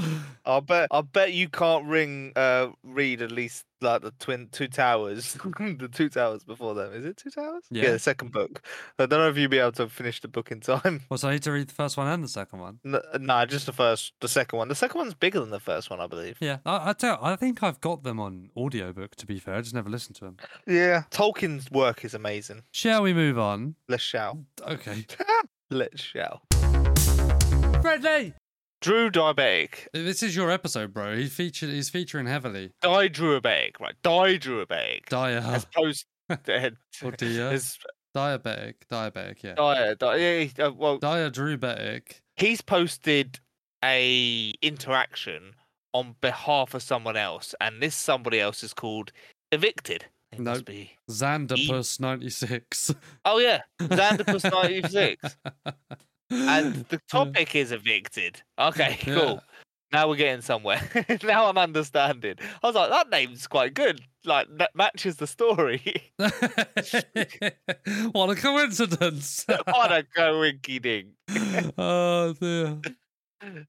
Speaker 1: I bet. I bet you can't ring uh, read at least like the twin two towers, the two towers before them. Is it two towers?
Speaker 2: Yeah.
Speaker 1: the second book. I don't know if you'll be able to finish the book in time.
Speaker 2: Well, so I need to read the first one and the second one.
Speaker 1: No, nah, just the first, the second one. The second one's bigger than the first one, I believe.
Speaker 2: Yeah, I, I tell. I think I've got them on audiobook. To be fair, I just never listened to them.
Speaker 1: Yeah, Tolkien's work is amazing.
Speaker 2: Shall we move on?
Speaker 1: Let's shout.
Speaker 2: Okay.
Speaker 1: Let's shout.
Speaker 2: Bradley,
Speaker 1: Drew diabetic.
Speaker 2: this is your episode, bro. He featured. He's featuring heavily.
Speaker 1: Die Druabetic, right? Die Druabetic.
Speaker 2: Dia
Speaker 1: As opposed to
Speaker 2: or dia
Speaker 1: as
Speaker 2: diabetic, diabetic. Yeah,
Speaker 1: Dia. Di- yeah, he- uh, well,
Speaker 2: diadrubetic.
Speaker 1: he's posted a interaction on behalf of someone else, and this somebody else is called Evicted. It
Speaker 2: No.
Speaker 1: must be. E.
Speaker 2: Xanderpus ninety six.
Speaker 1: Oh yeah, Xanderpus ninety six, and the topic is Evicted. Okay,
Speaker 2: Yeah.
Speaker 1: cool. Now we're getting somewhere. now I'm understanding. I was like, that name's quite good. Like that matches the story.
Speaker 2: what a coincidence!
Speaker 1: what a go winky ding.
Speaker 2: oh dear.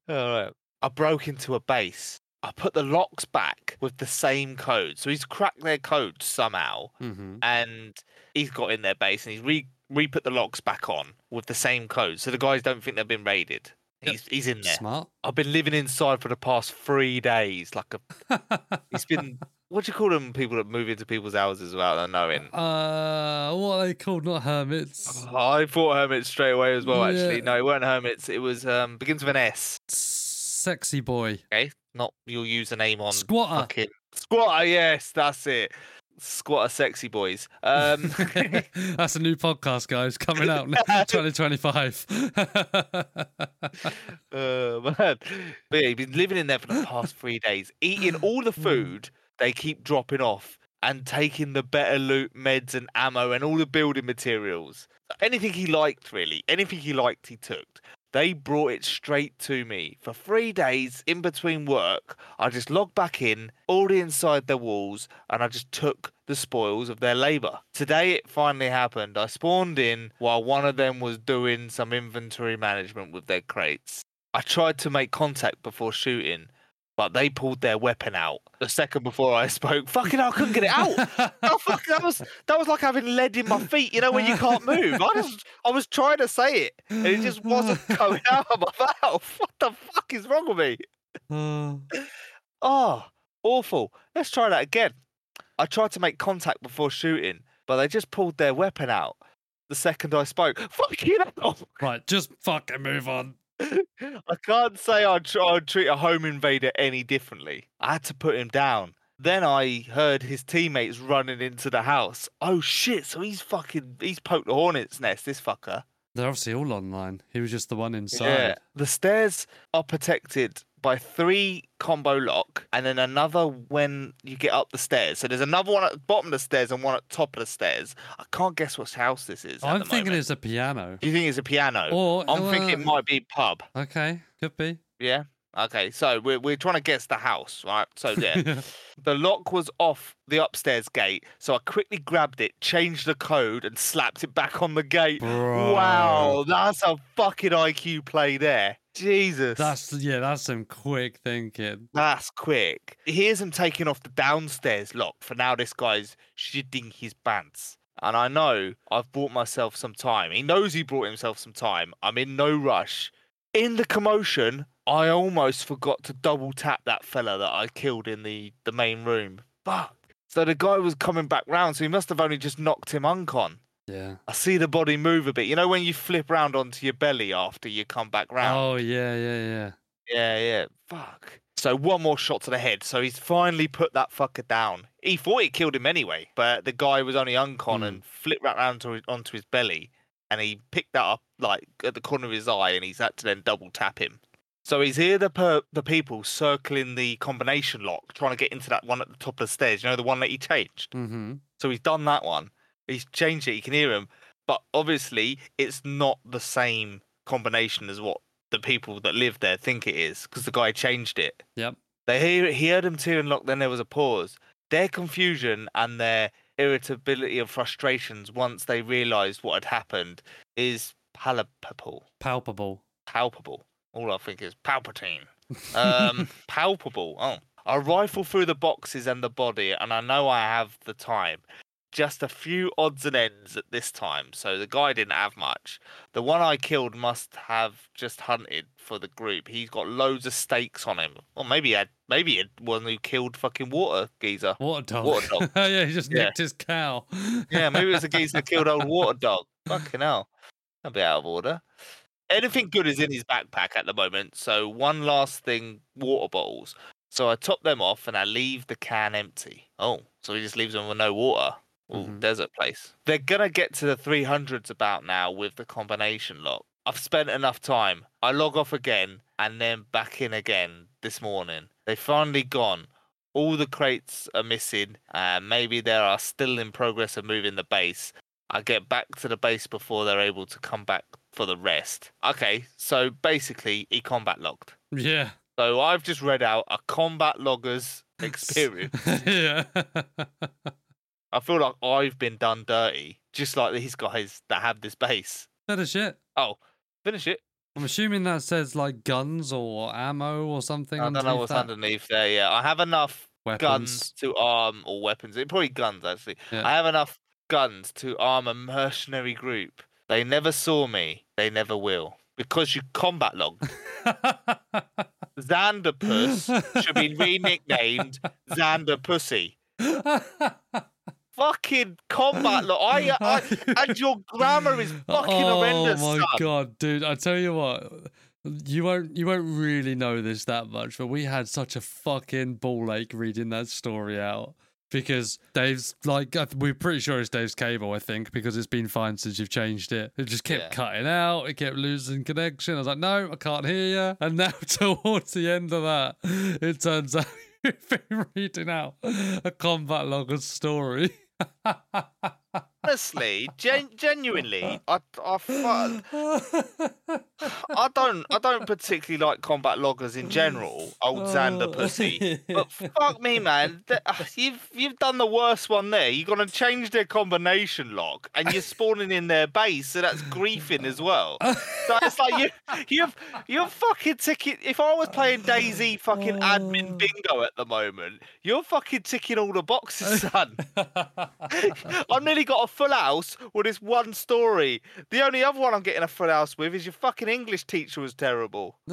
Speaker 1: All right. I broke into a base. I put the locks back with the same code. So he's cracked their code somehow.
Speaker 2: Mm-hmm.
Speaker 1: and he's got in their base and he's re re put the locks back on with the same code, so the guys don't think they've been raided.
Speaker 2: Yep.
Speaker 1: He's he's in there.
Speaker 2: Smart.
Speaker 1: I've been living inside for the past three days. Like a, he's been. what do you call them? People that move into people's houses without them knowing.
Speaker 2: Uh, what are they called? Not hermits.
Speaker 1: I thought hermits straight away as well. Actually,
Speaker 2: Yeah.
Speaker 1: no, it weren't hermits. It was um begins with an S.
Speaker 2: Sexy boy.
Speaker 1: Okay, not your username on
Speaker 2: Squatter.
Speaker 1: fucking squatter. Yes, that's it. Squatter, sexy boys. Um.
Speaker 2: That's a new podcast, guys, coming out in 2025.
Speaker 1: Oh man. But yeah, he's been living in there for the past three days, eating all the food they keep dropping off and taking the better loot, meds and ammo and all the building materials. Anything he liked, really. Anything he liked, he took. They brought it straight to me. For three days in between work, I just logged back in, already inside their walls, and I just took the spoils of their labour. Today it finally happened. I spawned in while one of them was doing some inventory management with their crates. I tried to make contact before shooting, but they pulled their weapon out the second before I spoke. Fucking, hell, I couldn't get it out. Oh fuck! That was that was like having lead in my feet. You know when you can't move. I just I was trying to say it, and it just wasn't coming out of my mouth. What the fuck is wrong with me?
Speaker 2: Oh.
Speaker 1: Oh, awful. Let's try that again. I tried to make contact before shooting, but they just pulled their weapon out the second I spoke. Fuck you! hell.
Speaker 2: right, just fucking move on.
Speaker 1: I can't say I'd, tr- I'd treat a home invader any differently. I had to put him down. Then I heard his teammates running into the house. Oh shit, so he's fucking, he's poked the hornet's nest, this fucker.
Speaker 2: They're obviously all online. He was just the one inside.
Speaker 1: The stairs are protected by three combo lock and then another when you get up the stairs. So there's another one at the bottom of the stairs and one at the top of the stairs. I can't guess what house this is. at
Speaker 2: I'm
Speaker 1: the
Speaker 2: thinking
Speaker 1: moment.
Speaker 2: it's a piano.
Speaker 1: Do you think it's a piano?
Speaker 2: Or
Speaker 1: I'm thinking it
Speaker 2: uh,
Speaker 1: might be pub.
Speaker 2: Okay, could be.
Speaker 1: Yeah. Okay. So we're we're trying to guess the house, right? So yeah. The lock was off the upstairs gate, so I quickly grabbed it, changed the code, and slapped it back on the gate. Wow, that's a fucking IQ play there. Jesus.
Speaker 2: That's yeah, that's some quick thinking.
Speaker 1: That's quick. Here's him taking off the downstairs lock. For now, this guy's shitting his pants. And I know I've bought myself some time. He knows he bought himself some time. I'm in no rush. In the commotion, I almost forgot to double tap that fella that I killed in the, the main room. Fuck. So the guy was coming back round, so he must have only just knocked him uncon.
Speaker 2: Yeah.
Speaker 1: I see the body move a bit. You know when you flip round onto your belly after you come back round?
Speaker 2: Oh yeah, yeah, yeah.
Speaker 1: Yeah, yeah. Fuck. So one more shot to the head. So he's finally put that fucker down. He thought it killed him anyway, but the guy was only uncon
Speaker 2: Hmm.
Speaker 1: and flipped right round to his, onto his belly, and he picked that up like at the corner of his eye, and he's had to then double tap him. So he's here the per- the people circling the combination lock, trying to get into that one at the top of the stairs. You know the one that he changed.
Speaker 2: Mm-hmm.
Speaker 1: So he's done that one. He's changed it. You can hear him, but obviously it's not the same combination as what the people that live there think it is because the guy changed it.
Speaker 2: Yep.
Speaker 1: They hear he heard him tear and lock. Then there was a pause. Their confusion and their irritability and frustrations once they realised what had happened is palpable.
Speaker 2: Palpable.
Speaker 1: Palpable. All I think is Palpatine. Um, palpable. Oh. I rifle through the boxes and the body, and I know I have the time. Just a few odds and ends at this time, so the guy didn't have much. The one I killed must have just hunted for the group. He's got loads of stakes on him. Or maybe he had, maybe he had one who killed fucking water geezer.
Speaker 2: What a dog.
Speaker 1: What a dog.
Speaker 2: yeah, he just
Speaker 1: Yeah.
Speaker 2: nicked his cow.
Speaker 1: Yeah, maybe it was the geezer that killed old water dog. Fucking hell. That'd be out of order. Anything good is in his backpack at the moment. So one last thing, water bottles. So I top them off and I leave the can empty. Oh, so he just leaves them with no water. Ooh,
Speaker 2: Mhm.
Speaker 1: desert place. They're gonna get to the 300s about now with the combination lock. I've spent enough time. I log off again and then back in again this morning. They've finally gone. All the crates are missing, and maybe they are still in progress of moving the base. I get back to the base before they're able to come back for the rest. Okay, so basically, he combat logged.
Speaker 2: yeah.
Speaker 1: So I've just read out a combat logger's experience.
Speaker 2: yeah.
Speaker 1: I feel like I've been done dirty, just like these guys that have this base.
Speaker 2: that is shit.
Speaker 1: Finish it.
Speaker 2: I'm assuming that says like guns or ammo or something.
Speaker 1: I don't know
Speaker 2: underneath
Speaker 1: what's
Speaker 2: that.
Speaker 1: underneath there. Yeah, I have enough guns
Speaker 2: Weapons.
Speaker 1: to arm or weapons. It probably guns actually.
Speaker 2: Yeah.
Speaker 1: I have enough guns to arm a mercenary group. They never saw me. They never will. Because you combat log. Xanderpuss should be re-nicknamed Xander Pussy. Fucking combat log. I, I, and your grammar is fucking
Speaker 2: oh,
Speaker 1: horrendous.
Speaker 2: my
Speaker 1: son.
Speaker 2: god, dude! I tell you what, you won't you won't really know this that much, but we had such a fucking ball ache reading that story out because Dave's like I th- we're pretty sure it's Dave's cable, I think, because it's been fine since you've changed it. It just kept
Speaker 1: Yeah.
Speaker 2: cutting out, it kept losing connection. I was like, no, I can't hear you. And now towards the end of that, it turns out you've been reading out a combat logger's story.
Speaker 1: Honestly, gen- genuinely, I, I, fu- I don't, I don't particularly like combat loggers in general. Old
Speaker 2: Oh.
Speaker 1: Xander Pussy. But fuck me, man. Th- ah, You've you've done the worst one there. You're gonna change their combination lock, and you're spawning in their base, so that's griefing as well. So it's like you you've you're fucking ticking. If I was playing Daisy fucking admin bingo at the moment, you're fucking ticking all the boxes, son. I've nearly got a full house with this one story. The only other one I'm getting a full house with is your fucking English teacher was terrible.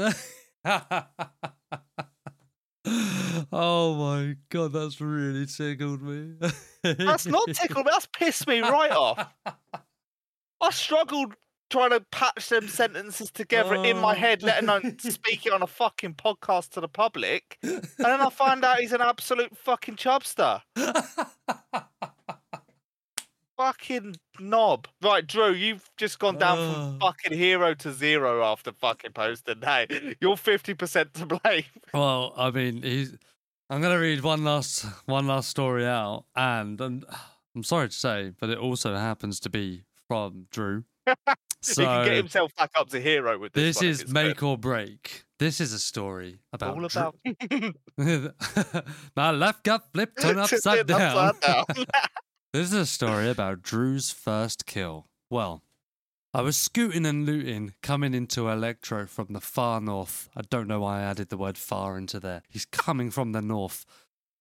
Speaker 2: oh my god, that's really tickled me.
Speaker 1: That's not tickled me. That's pissed me right off. I struggled trying to patch them sentences together in my
Speaker 2: Oh.
Speaker 1: head, letting alone speak it on a fucking podcast to the public. And then I find out he's an absolute fucking chubster. Fucking knob. Right, Drew, you've just gone down from
Speaker 2: Oh.
Speaker 1: fucking hero to zero after fucking posting. Hey, you're 50% to blame.
Speaker 2: Well, I mean, he's. I'm gonna read one last one last story out, and I'm, I'm sorry to say, but it also happens to be from Drew.
Speaker 1: he can get
Speaker 2: So
Speaker 1: himself back up to hero with this.
Speaker 2: this
Speaker 1: one if
Speaker 2: is
Speaker 1: it's good.
Speaker 2: make or break. This is a story about
Speaker 1: all
Speaker 2: Drew-
Speaker 1: about
Speaker 2: My left got flipped turned upside down.
Speaker 1: Upside down.
Speaker 2: This is a story about Drew's first kill. Well, I was scooting and looting coming into Electro from the far north. I don't know why I added the word far into there. He's coming from the north.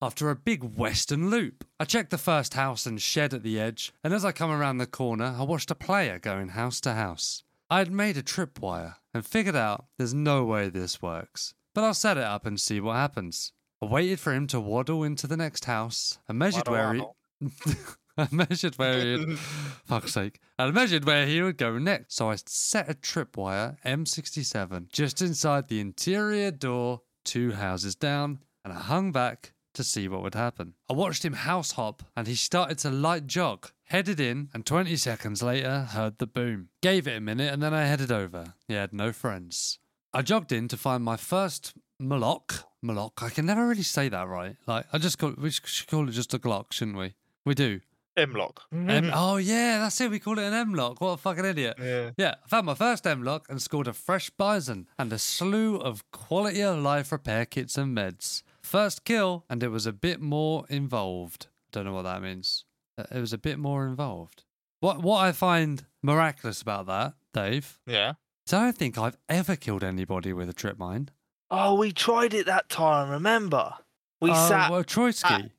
Speaker 2: After a big western loop, I checked the first house and shed at the edge, and as I come around the corner, I watched a player going house to house. I had made a tripwire and figured out there's no way this works, but I'll set it up and see what happens. I waited for him to waddle into the next house and measured
Speaker 1: Waddle,
Speaker 2: where he.
Speaker 1: waddle.
Speaker 2: I measured where he fuck's sake. I measured where he would go next. So I set a tripwire M67 just inside the interior door, two houses down, and I hung back to see what would happen. I watched him house hop and he started to light jog, headed in, and 20 seconds later heard the boom. Gave it a minute and then I headed over. He had no friends. I jogged in to find my first Moloch. Moloch. I can never really say that right. Like I just call we should call it just a Glock, shouldn't we? We do.
Speaker 1: Hemlock.
Speaker 2: M- oh yeah, that's it. We call it an M lock. What a fucking idiot.
Speaker 1: Yeah.
Speaker 2: Yeah, I found my first M lock and scored a fresh bison and a slew of quality of life repair kits and meds. First kill, and it was a bit more involved. Don't know what that means. Uh, It was a bit more involved. What what I find miraculous about that, Dave,
Speaker 1: Yeah.
Speaker 2: is I don't think I've ever killed anybody with a trip mine.
Speaker 1: Oh, we tried it that time, remember? We
Speaker 2: Uh,
Speaker 1: sat
Speaker 2: well, Troitsky.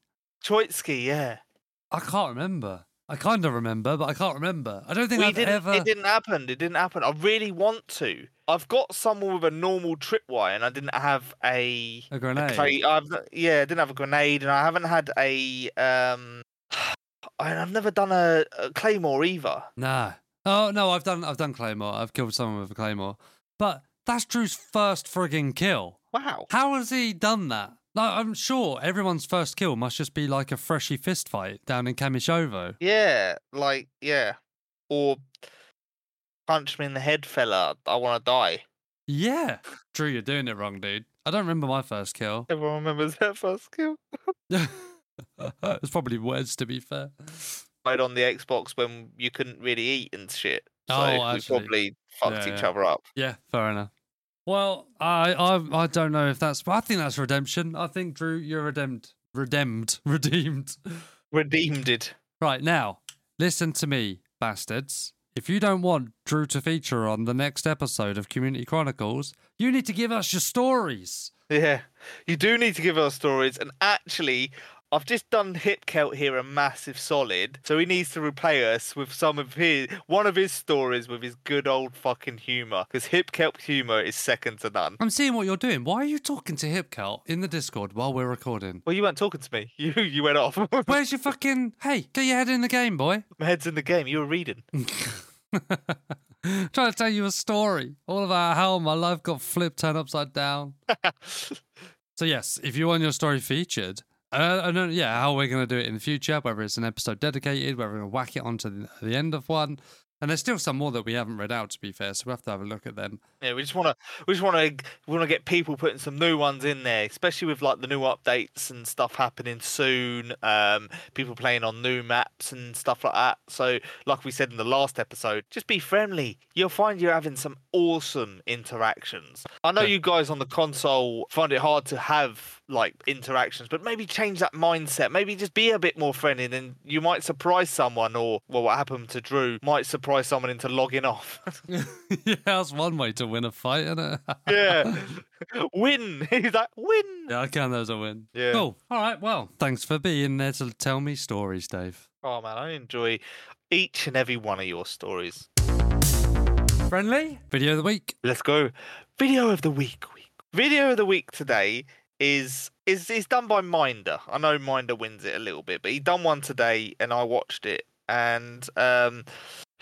Speaker 1: Troitsky, yeah.
Speaker 2: I can't remember. I kind of remember, but I can't remember. I don't think
Speaker 1: We
Speaker 2: I've
Speaker 1: didn't,
Speaker 2: ever.
Speaker 1: It didn't happen. It didn't happen. I really want to. I've got someone with a normal tripwire, and I didn't have a.
Speaker 2: A grenade.
Speaker 1: Clay, I've, n- yeah, I didn't have a grenade, and I haven't had a. Um, I, I've never done a, a claymore either.
Speaker 2: Nah. Oh no, I've done I've done Claymore. I've killed someone with a Claymore. But that's Drew's first frigging kill.
Speaker 1: Wow.
Speaker 2: How has he done that? Like, I'm sure everyone's first kill must just be like a freshy fist fight down in Kamishovo.
Speaker 1: Yeah, like yeah, or punch me in the head, fella. I want to die.
Speaker 2: Yeah. Drew, you're doing it wrong, dude. I don't remember my first kill.
Speaker 1: Everyone remembers that first kill.
Speaker 2: it's probably words to be fair.
Speaker 1: played on the Xbox when you couldn't really eat and shit. So
Speaker 2: Oh,
Speaker 1: we
Speaker 2: actually.
Speaker 1: probably fucked
Speaker 2: Yeah,
Speaker 1: each
Speaker 2: yeah.
Speaker 1: other up.
Speaker 2: Yeah, fair enough. Well, I, I I don't know if that's I think that's redemption. I think Drew, you're redeemed. Redeemed. Redeemed.
Speaker 1: Redeemed it.
Speaker 2: Right now, listen to me, bastards. If you don't want Drew to feature on the next episode of Community Chronicles, you need to give us your stories.
Speaker 1: Yeah. You do need to give us stories. And actually, I've just done Hip Celt here a massive solid. So he needs to replay us with some of his one of his stories with his good old fucking humour. Because Hip Celt humour is second to none.
Speaker 2: I'm seeing what you're doing. Why are you talking to Hipcal in the Discord while we're recording?
Speaker 1: Well, you weren't talking to me. You you went off. My
Speaker 2: Where's your fucking hey? Get your head in the game, boy.
Speaker 1: head's in the game. You were reading.
Speaker 2: Trying to tell you a story all about how my life got flipped, turned upside down. So yes, if you want your story featured, uh, I don't, yeah, how we're going to do it in the future, whether it's an episode dedicated, whether we're going to whack it onto the, the end of one, and there's still some more that we haven't read out. To be fair, so we will have to have a look at them.
Speaker 1: Yeah, we just want to we just want to we want to get people putting some new ones in there, especially with like the new updates and stuff happening soon. Um, people playing on new maps and stuff like that. So, like we said in the last episode, just be friendly. You'll find you're having some awesome interactions. I know
Speaker 2: Yeah.
Speaker 1: you guys on the console find it hard to have like interactions, but maybe change that mindset. Maybe just be a bit more friendly, and you might surprise someone. Or well, what happened to Drew might surprise someone into logging off.
Speaker 2: yeah, that's one way to win a fight, isn't it?
Speaker 1: yeah. win. He's like, win.
Speaker 2: yeah, I count those a win.
Speaker 1: Yeah.
Speaker 2: Cool. All right. Well, thanks for being there to tell me stories, Dave.
Speaker 1: Oh, man, I enjoy each and every one of your stories.
Speaker 2: Friendly video of the week.
Speaker 1: Let's go. Video of the week. week. Video of the week today is is is done by Minder. I know Minder wins it a little bit, but he done one today, and I watched it. And um,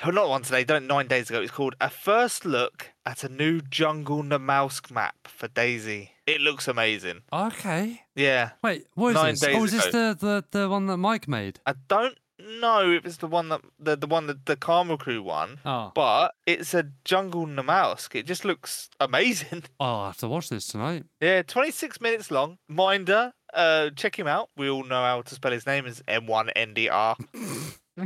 Speaker 1: well, not one today, don't nine days ago. It's called a first look at a new jungle Namalsk map for Daisy. It looks amazing.
Speaker 2: Okay.
Speaker 1: Yeah,
Speaker 2: Wait, what is
Speaker 1: Nine
Speaker 2: this?
Speaker 1: days
Speaker 2: Oh, is this the, the, the one that Mike made?
Speaker 1: I don't know if it's the one that the the one that the Karma Crew one,
Speaker 2: Oh,
Speaker 1: but it's a jungle Namalsk. It just looks amazing.
Speaker 2: oh, I'll have to watch this tonight.
Speaker 1: Yeah, 26 minutes long. Minder, uh, check him out. We all know how to spell his name is M1NDR.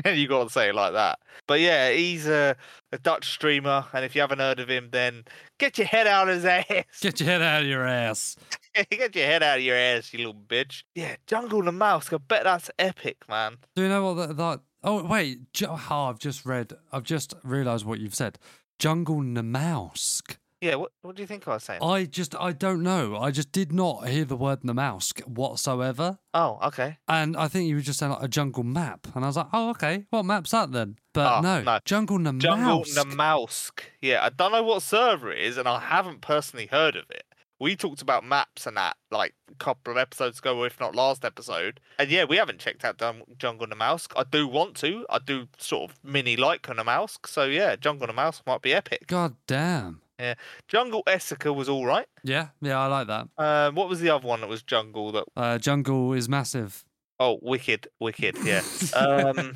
Speaker 1: you got to say it like that. But yeah, he's a, a Dutch streamer, and if you haven't heard of him, then get your head out of his ass.
Speaker 2: Get your head out of your ass.
Speaker 1: get your head out of your ass, you little bitch. Yeah, Jungle the Mouse. I bet that's epic, man.
Speaker 2: Do you know what that? that oh wait, ju- oh, I've just read. I've just realised what you've said. Jungle Namousk.
Speaker 1: Yeah, what what do you think I was saying?
Speaker 2: I just I don't know. I just did not hear the word Namousk whatsoever.
Speaker 1: Oh, okay.
Speaker 2: And I think you were just saying like a jungle map, and I was like, oh okay, what map's that then? But
Speaker 1: Oh,
Speaker 2: no,
Speaker 1: no.
Speaker 2: Jungle Namousk.
Speaker 1: Jungle Namausk. Yeah, I don't know what server it is, and I haven't personally heard of it. We talked about maps and that like a couple of episodes ago, or if not last episode. And yeah, we haven't checked out Dun- Jungle Namausk. I do want to. I do sort of mini like Namausk. So yeah, Jungle Namausk might be epic.
Speaker 2: God damn.
Speaker 1: Jungle Essica was all right.
Speaker 2: Yeah, yeah, I like that.
Speaker 1: Um, what was the other one that was Jungle that?
Speaker 2: Uh, jungle is massive.
Speaker 1: Oh, Wicked, Wicked. Yeah. Um,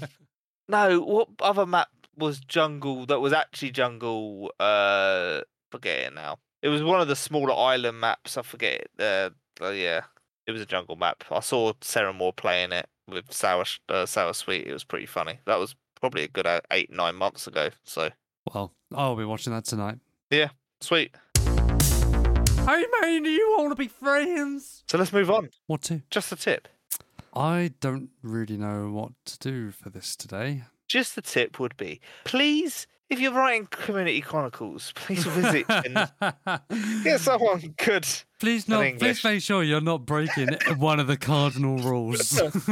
Speaker 1: no, what other map was jungle that was actually jungle? Uh, forget it now. It was one of the smaller island maps. I forget. It. Uh, oh, yeah, it was a jungle map. I saw Sarah Moore playing it with Sour Sh- uh, Sour Sweet. It was pretty funny. That was probably a good uh, eight nine months ago. So
Speaker 2: well, I'll be watching that tonight.
Speaker 1: sweet.
Speaker 2: Hey man, do you want to be friends?
Speaker 1: So let's move on.
Speaker 2: What to?
Speaker 1: Just a tip.
Speaker 2: I don't really know what to do for this today.
Speaker 1: Just the tip would be please. If you're writing Community Chronicles, please visit and get someone good.
Speaker 2: please not. Please
Speaker 1: English.
Speaker 2: make sure you're not breaking one of the cardinal rules.
Speaker 1: one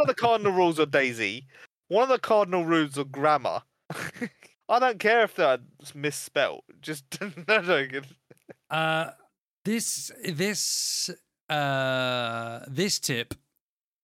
Speaker 1: of the cardinal rules of Daisy, one of the cardinal rules of grammar. I don't care if they're misspelled. Just no, no, good.
Speaker 2: uh, this this uh, this tip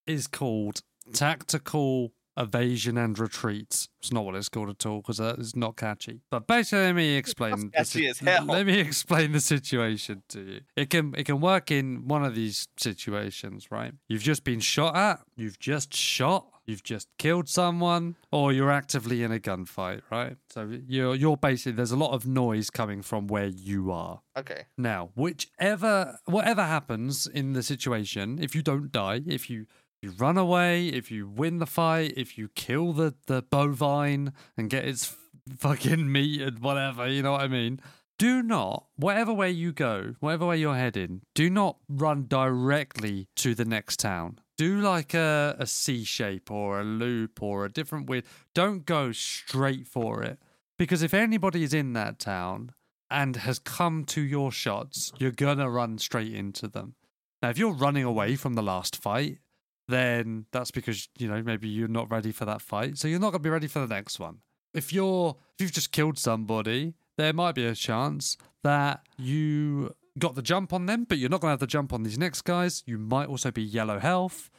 Speaker 2: is called tactical evasion and retreat. It's not what it's called at all because that is not catchy. But basically, let me explain. the
Speaker 1: catchy
Speaker 2: si-
Speaker 1: as hell.
Speaker 2: Let me explain the situation to you. It can it can work in one of these situations, right? You've just been shot at. You've just shot. You've just killed someone, or you're actively in a gunfight, right? So you're you're basically there's a lot of noise coming from where you are.
Speaker 1: Okay.
Speaker 2: Now, whichever whatever happens in the situation, if you don't die, if you you run away, if you win the fight, if you kill the the bovine and get its f- fucking meat and whatever, you know what I mean? Do not, whatever way you go, whatever way you're heading, do not run directly to the next town. Do like a, a C shape or a loop or a different weird. Don't go straight for it. Because if anybody is in that town, and has come to your shots, you're going to run straight into them. Now, if you're running away from the last fight, then that's because, you know, maybe you're not ready for that fight. So you're not going to be ready for the next one. If you're if you've just killed somebody, there might be a chance that you got the jump on them, but you're not going to have the jump on these next guys. You might also be yellow health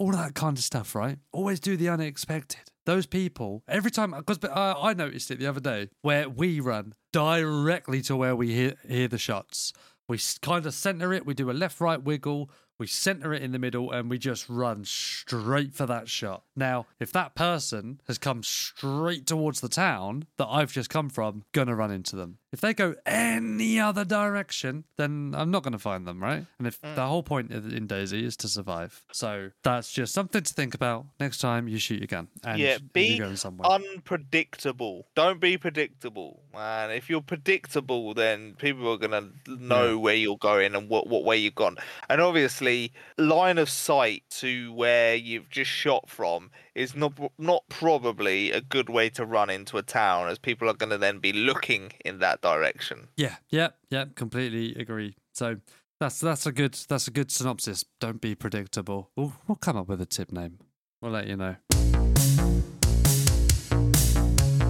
Speaker 2: all that kind of stuff, right? Always do the unexpected. Those people, every time, because uh, I noticed it the other day, where we run directly to where we hear, hear the shots. We kind of center it, we do a left right wiggle, we center it in the middle, and we just run straight for that shot. Now, if that person has come straight towards the town that I've just come from, gonna run into them. If they go any other direction, then I'm not gonna find them, right? And
Speaker 1: Mm.
Speaker 2: if the whole point in in Daisy is to survive, so that's just something to think about next time you shoot your gun and
Speaker 1: Yeah, be
Speaker 2: you're going somewhere.
Speaker 1: Unpredictable. Don't be predictable, man. If you're predictable, then people are gonna know where you're going and what what way you've gone. And obviously, line of sight to where you've just shot from is not not probably a good way to run into a town, as people are gonna then be looking in that direction.
Speaker 2: Yeah, yeah, yeah, completely agree. So that's that's a good that's a good synopsis. Don't be predictable. We'll, we'll come up with a tip name. We'll let you know.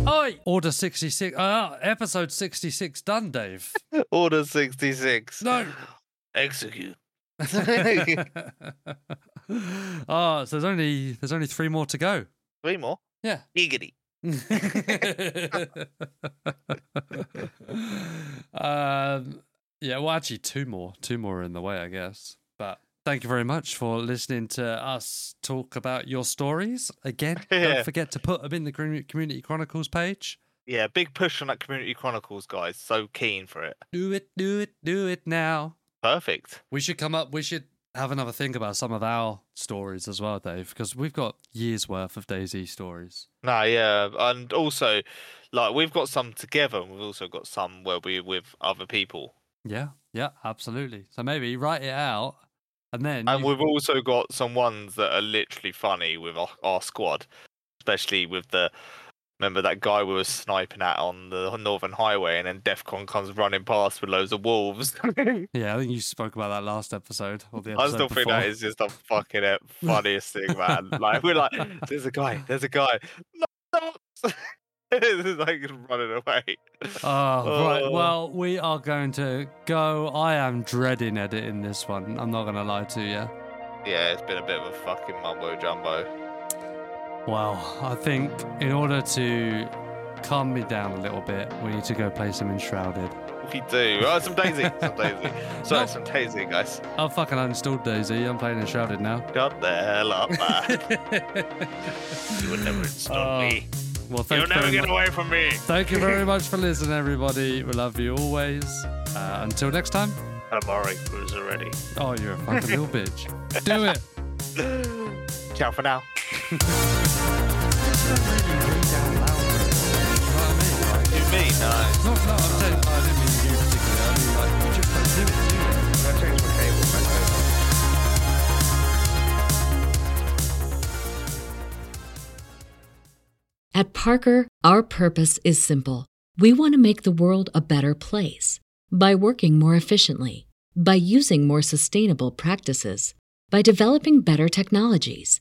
Speaker 2: Oi! Order 66. Uh, episode 66 done, Dave.
Speaker 1: Order 66.
Speaker 2: No.
Speaker 1: Execute.
Speaker 2: oh, so there's only there's only three more to go.
Speaker 1: Three more.
Speaker 2: Yeah.
Speaker 1: Giggity.
Speaker 2: um, yeah, well, actually, two more. Two more are in the way, I guess. But thank you very much for listening to us talk about your stories. Again,
Speaker 1: Yeah.
Speaker 2: don't forget to put them in the Commu- Community Chronicles page.
Speaker 1: Yeah, big push on that Community Chronicles, guys. So keen for it.
Speaker 2: Do it, do it, do it now.
Speaker 1: Perfect.
Speaker 2: We should come up, we should have another think about some of our stories as well, Dave, because we've got years worth of Daisy stories.
Speaker 1: No, yeah, and also, like we've got some together, and we've also got some where we're with other people,
Speaker 2: Yeah, yeah, absolutely. So maybe write it out and then.
Speaker 1: and
Speaker 2: you-
Speaker 1: we've also got some ones that are literally funny with our, our squad, especially with the. Remember that guy we were sniping at on the Northern Highway, and then Defcon comes running past with loads of wolves.
Speaker 2: yeah, I think you spoke about that last episode. Or the
Speaker 1: I
Speaker 2: episode
Speaker 1: still think that
Speaker 2: before.
Speaker 1: is just the fucking uh, funniest thing, man. Like we're like, there's a guy, there's a guy. No, no. it's like running away.
Speaker 2: Oh, right.
Speaker 1: Oh.
Speaker 2: Well, we are going to go. I am dreading editing this one. I'm not going to lie to you.
Speaker 1: Yeah, it's been a bit of a fucking mumbo jumbo.
Speaker 2: Well, I think in order to calm me down a little bit, we need to go play some Enshrouded.
Speaker 1: We do. Oh, some Daisy, some Daisy. Sorry,
Speaker 2: No.
Speaker 1: some Daisy, guys.
Speaker 2: Oh, fucking uninstalled Daisy. I'm playing Enshrouded now.
Speaker 1: Shut the hell up, man. you would never stop
Speaker 2: Oh,
Speaker 1: me.
Speaker 2: Well, thank
Speaker 1: You'll
Speaker 2: you
Speaker 1: never
Speaker 2: very
Speaker 1: get
Speaker 2: much.
Speaker 1: away from me.
Speaker 2: Thank you very much for listening, everybody. We love you always. Uh, until next time.
Speaker 1: I'm alright, who's already?
Speaker 2: Oh, you're a fucking little bitch. Do it.
Speaker 1: Ciao for now. You mean no?
Speaker 2: No, no, I'm saying I didn't mean you particularly. I mean like you just like, do it, do it.
Speaker 1: I changed my cable. man.
Speaker 3: At Parker, our purpose is simple. We want to make the world a better place by working more efficiently, by using more sustainable practices, by developing better technologies.